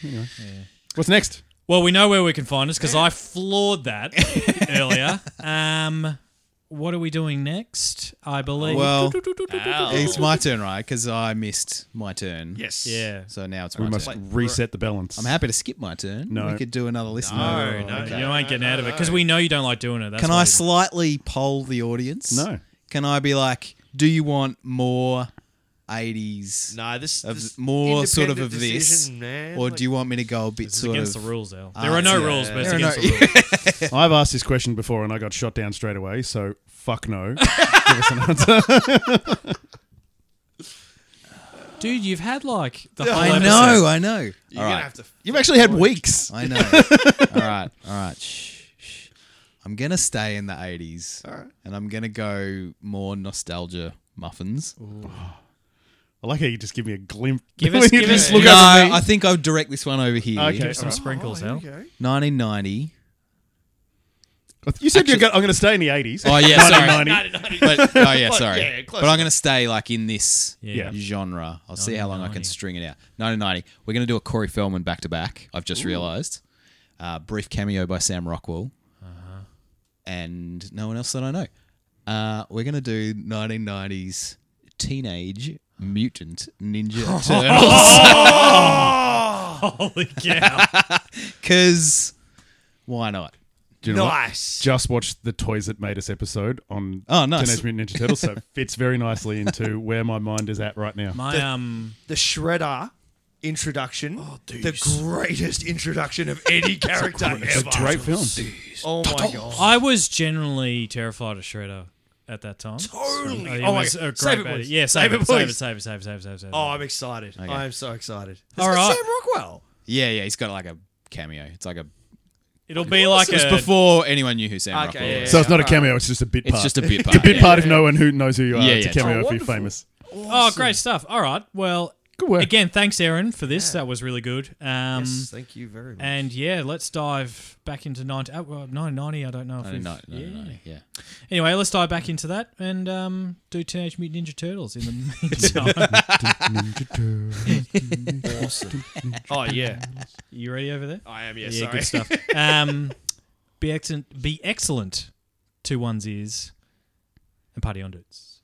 [SPEAKER 4] Anyway. What's next?
[SPEAKER 3] Well, we know where we can find us because I floored that earlier. Um, what are we doing next? I believe.
[SPEAKER 1] Well,
[SPEAKER 6] Ow.
[SPEAKER 1] it's my turn, right? Because I missed my turn.
[SPEAKER 6] Yes.
[SPEAKER 3] yeah.
[SPEAKER 1] So now it's
[SPEAKER 4] We
[SPEAKER 1] my
[SPEAKER 4] must
[SPEAKER 1] turn.
[SPEAKER 4] reset the balance.
[SPEAKER 1] I'm happy to skip my turn.
[SPEAKER 4] No.
[SPEAKER 1] We could do another listen.
[SPEAKER 6] No, no,
[SPEAKER 3] You ain't getting out of it because we know you don't like doing it. That's
[SPEAKER 1] Can
[SPEAKER 3] why
[SPEAKER 1] I
[SPEAKER 3] we-
[SPEAKER 1] slightly poll the audience?
[SPEAKER 4] No.
[SPEAKER 1] Can I be like, do you want more 80s?
[SPEAKER 6] No, this,
[SPEAKER 1] Of
[SPEAKER 6] this
[SPEAKER 1] more sort of
[SPEAKER 6] independent
[SPEAKER 1] of this,
[SPEAKER 6] decision, man,
[SPEAKER 1] or
[SPEAKER 6] like-
[SPEAKER 1] do you want me to go a bit
[SPEAKER 3] It's
[SPEAKER 1] sort
[SPEAKER 3] against
[SPEAKER 1] of
[SPEAKER 3] the rules, Al.
[SPEAKER 1] Ah,
[SPEAKER 3] There are no
[SPEAKER 1] yeah.
[SPEAKER 3] rules, but it's
[SPEAKER 1] There are no-
[SPEAKER 3] against the rules.
[SPEAKER 4] I've asked this question before and I got shot down straight away, so fuck no. Give us an answer.
[SPEAKER 3] Dude, you've had like the whole
[SPEAKER 1] I
[SPEAKER 3] episode.
[SPEAKER 1] know, I know.
[SPEAKER 6] You're
[SPEAKER 1] All
[SPEAKER 6] gonna
[SPEAKER 1] right.
[SPEAKER 6] have to.
[SPEAKER 4] You've actually had weeks.
[SPEAKER 1] I know. all right, all right. Shh, shh. I'm gonna stay in the '80s, all right. and I'm gonna go more nostalgia muffins.
[SPEAKER 4] I like how you just give me a glimpse.
[SPEAKER 3] Give
[SPEAKER 4] when
[SPEAKER 3] us-
[SPEAKER 4] you
[SPEAKER 3] give
[SPEAKER 4] just
[SPEAKER 3] us-
[SPEAKER 4] look
[SPEAKER 1] no,
[SPEAKER 4] up at me.
[SPEAKER 1] I think I'll direct this one over here.
[SPEAKER 4] Okay.
[SPEAKER 3] Give us some sprinkles, Al.
[SPEAKER 1] Nineteen ninety.
[SPEAKER 4] You said you're go- I'm going to stay in the 80s.
[SPEAKER 1] Oh yeah, sorry.
[SPEAKER 4] 1990.
[SPEAKER 1] But oh yeah, sorry.
[SPEAKER 6] yeah, close
[SPEAKER 1] but I'm gonna stay like in this
[SPEAKER 3] Yeah.
[SPEAKER 1] genre. I'll see how long I can
[SPEAKER 3] 1990.
[SPEAKER 1] string it out. Nineteen ninety. We're gonna do a Corey Feldman back to back. I've just realised. Uh, brief cameo by Sam Rockwell. And no one else that I know. Uh, we're gonna do 1990s teenage mutant ninja turtles
[SPEAKER 3] Holy cow.
[SPEAKER 1] because why not?
[SPEAKER 4] Do you know what?
[SPEAKER 6] Nice.
[SPEAKER 4] Just watched the Toys That Made Us episode on
[SPEAKER 1] Oh, nice.
[SPEAKER 4] Teenage Mutant Ninja Turtles, so it fits very nicely into where my mind is at right now.
[SPEAKER 3] My um
[SPEAKER 6] The Shredder introduction.
[SPEAKER 4] Oh,
[SPEAKER 6] the greatest introduction of any character
[SPEAKER 4] It's
[SPEAKER 6] ever.
[SPEAKER 4] a great film.
[SPEAKER 6] Oh my god.
[SPEAKER 3] I was generally terrified of Shredder at that time.
[SPEAKER 6] Totally.
[SPEAKER 3] Oh, he
[SPEAKER 6] Oh, my
[SPEAKER 3] was
[SPEAKER 6] God.
[SPEAKER 3] a great
[SPEAKER 6] Save it,
[SPEAKER 3] baddie.
[SPEAKER 6] boys.
[SPEAKER 3] Yeah, save,
[SPEAKER 6] Save
[SPEAKER 3] it,
[SPEAKER 6] it,
[SPEAKER 3] save it,
[SPEAKER 6] boys.
[SPEAKER 3] save it, save it, save it, save it. Save it.
[SPEAKER 6] Oh, I'm excited. I am so excited. It's
[SPEAKER 3] All
[SPEAKER 6] got
[SPEAKER 3] right.
[SPEAKER 6] Sam Rockwell.
[SPEAKER 1] Yeah, yeah. He's got like a cameo. It's like a.
[SPEAKER 3] It'll be like
[SPEAKER 1] it's
[SPEAKER 3] a
[SPEAKER 1] before anyone knew who Sam
[SPEAKER 6] Okay,
[SPEAKER 1] Rockwell
[SPEAKER 6] yeah,
[SPEAKER 1] was.
[SPEAKER 4] So it's not a
[SPEAKER 6] Alright.
[SPEAKER 4] cameo, it's just a bit
[SPEAKER 1] It's
[SPEAKER 4] part.
[SPEAKER 1] just a bit
[SPEAKER 4] It's
[SPEAKER 1] part,
[SPEAKER 4] a bit
[SPEAKER 1] yeah.
[SPEAKER 4] part if no one who knows who you are.
[SPEAKER 1] Yeah,
[SPEAKER 4] it's a
[SPEAKER 1] yeah,
[SPEAKER 4] cameo if you're
[SPEAKER 6] wonderful.
[SPEAKER 4] famous.
[SPEAKER 3] Oh, great stuff. All right. Well,
[SPEAKER 4] Good work.
[SPEAKER 3] again, thanks, Aaron, for this. That was really good. Um,
[SPEAKER 6] yes, thank you very much.
[SPEAKER 3] And yeah, let's dive back into 90, uh, well, 990. I don't know if
[SPEAKER 1] No,
[SPEAKER 3] we've-
[SPEAKER 1] no, no,
[SPEAKER 3] yeah.
[SPEAKER 1] no, no, yeah.
[SPEAKER 3] Anyway, let's dive back into that and um, do Teenage Mutant Ninja Turtles in the meantime.
[SPEAKER 6] oh yeah,
[SPEAKER 3] you ready over there?
[SPEAKER 6] I am. Yeah,
[SPEAKER 3] yeah,
[SPEAKER 6] sorry.
[SPEAKER 3] good stuff. Um, be excellent. Be excellent to one's ears and party on dudes.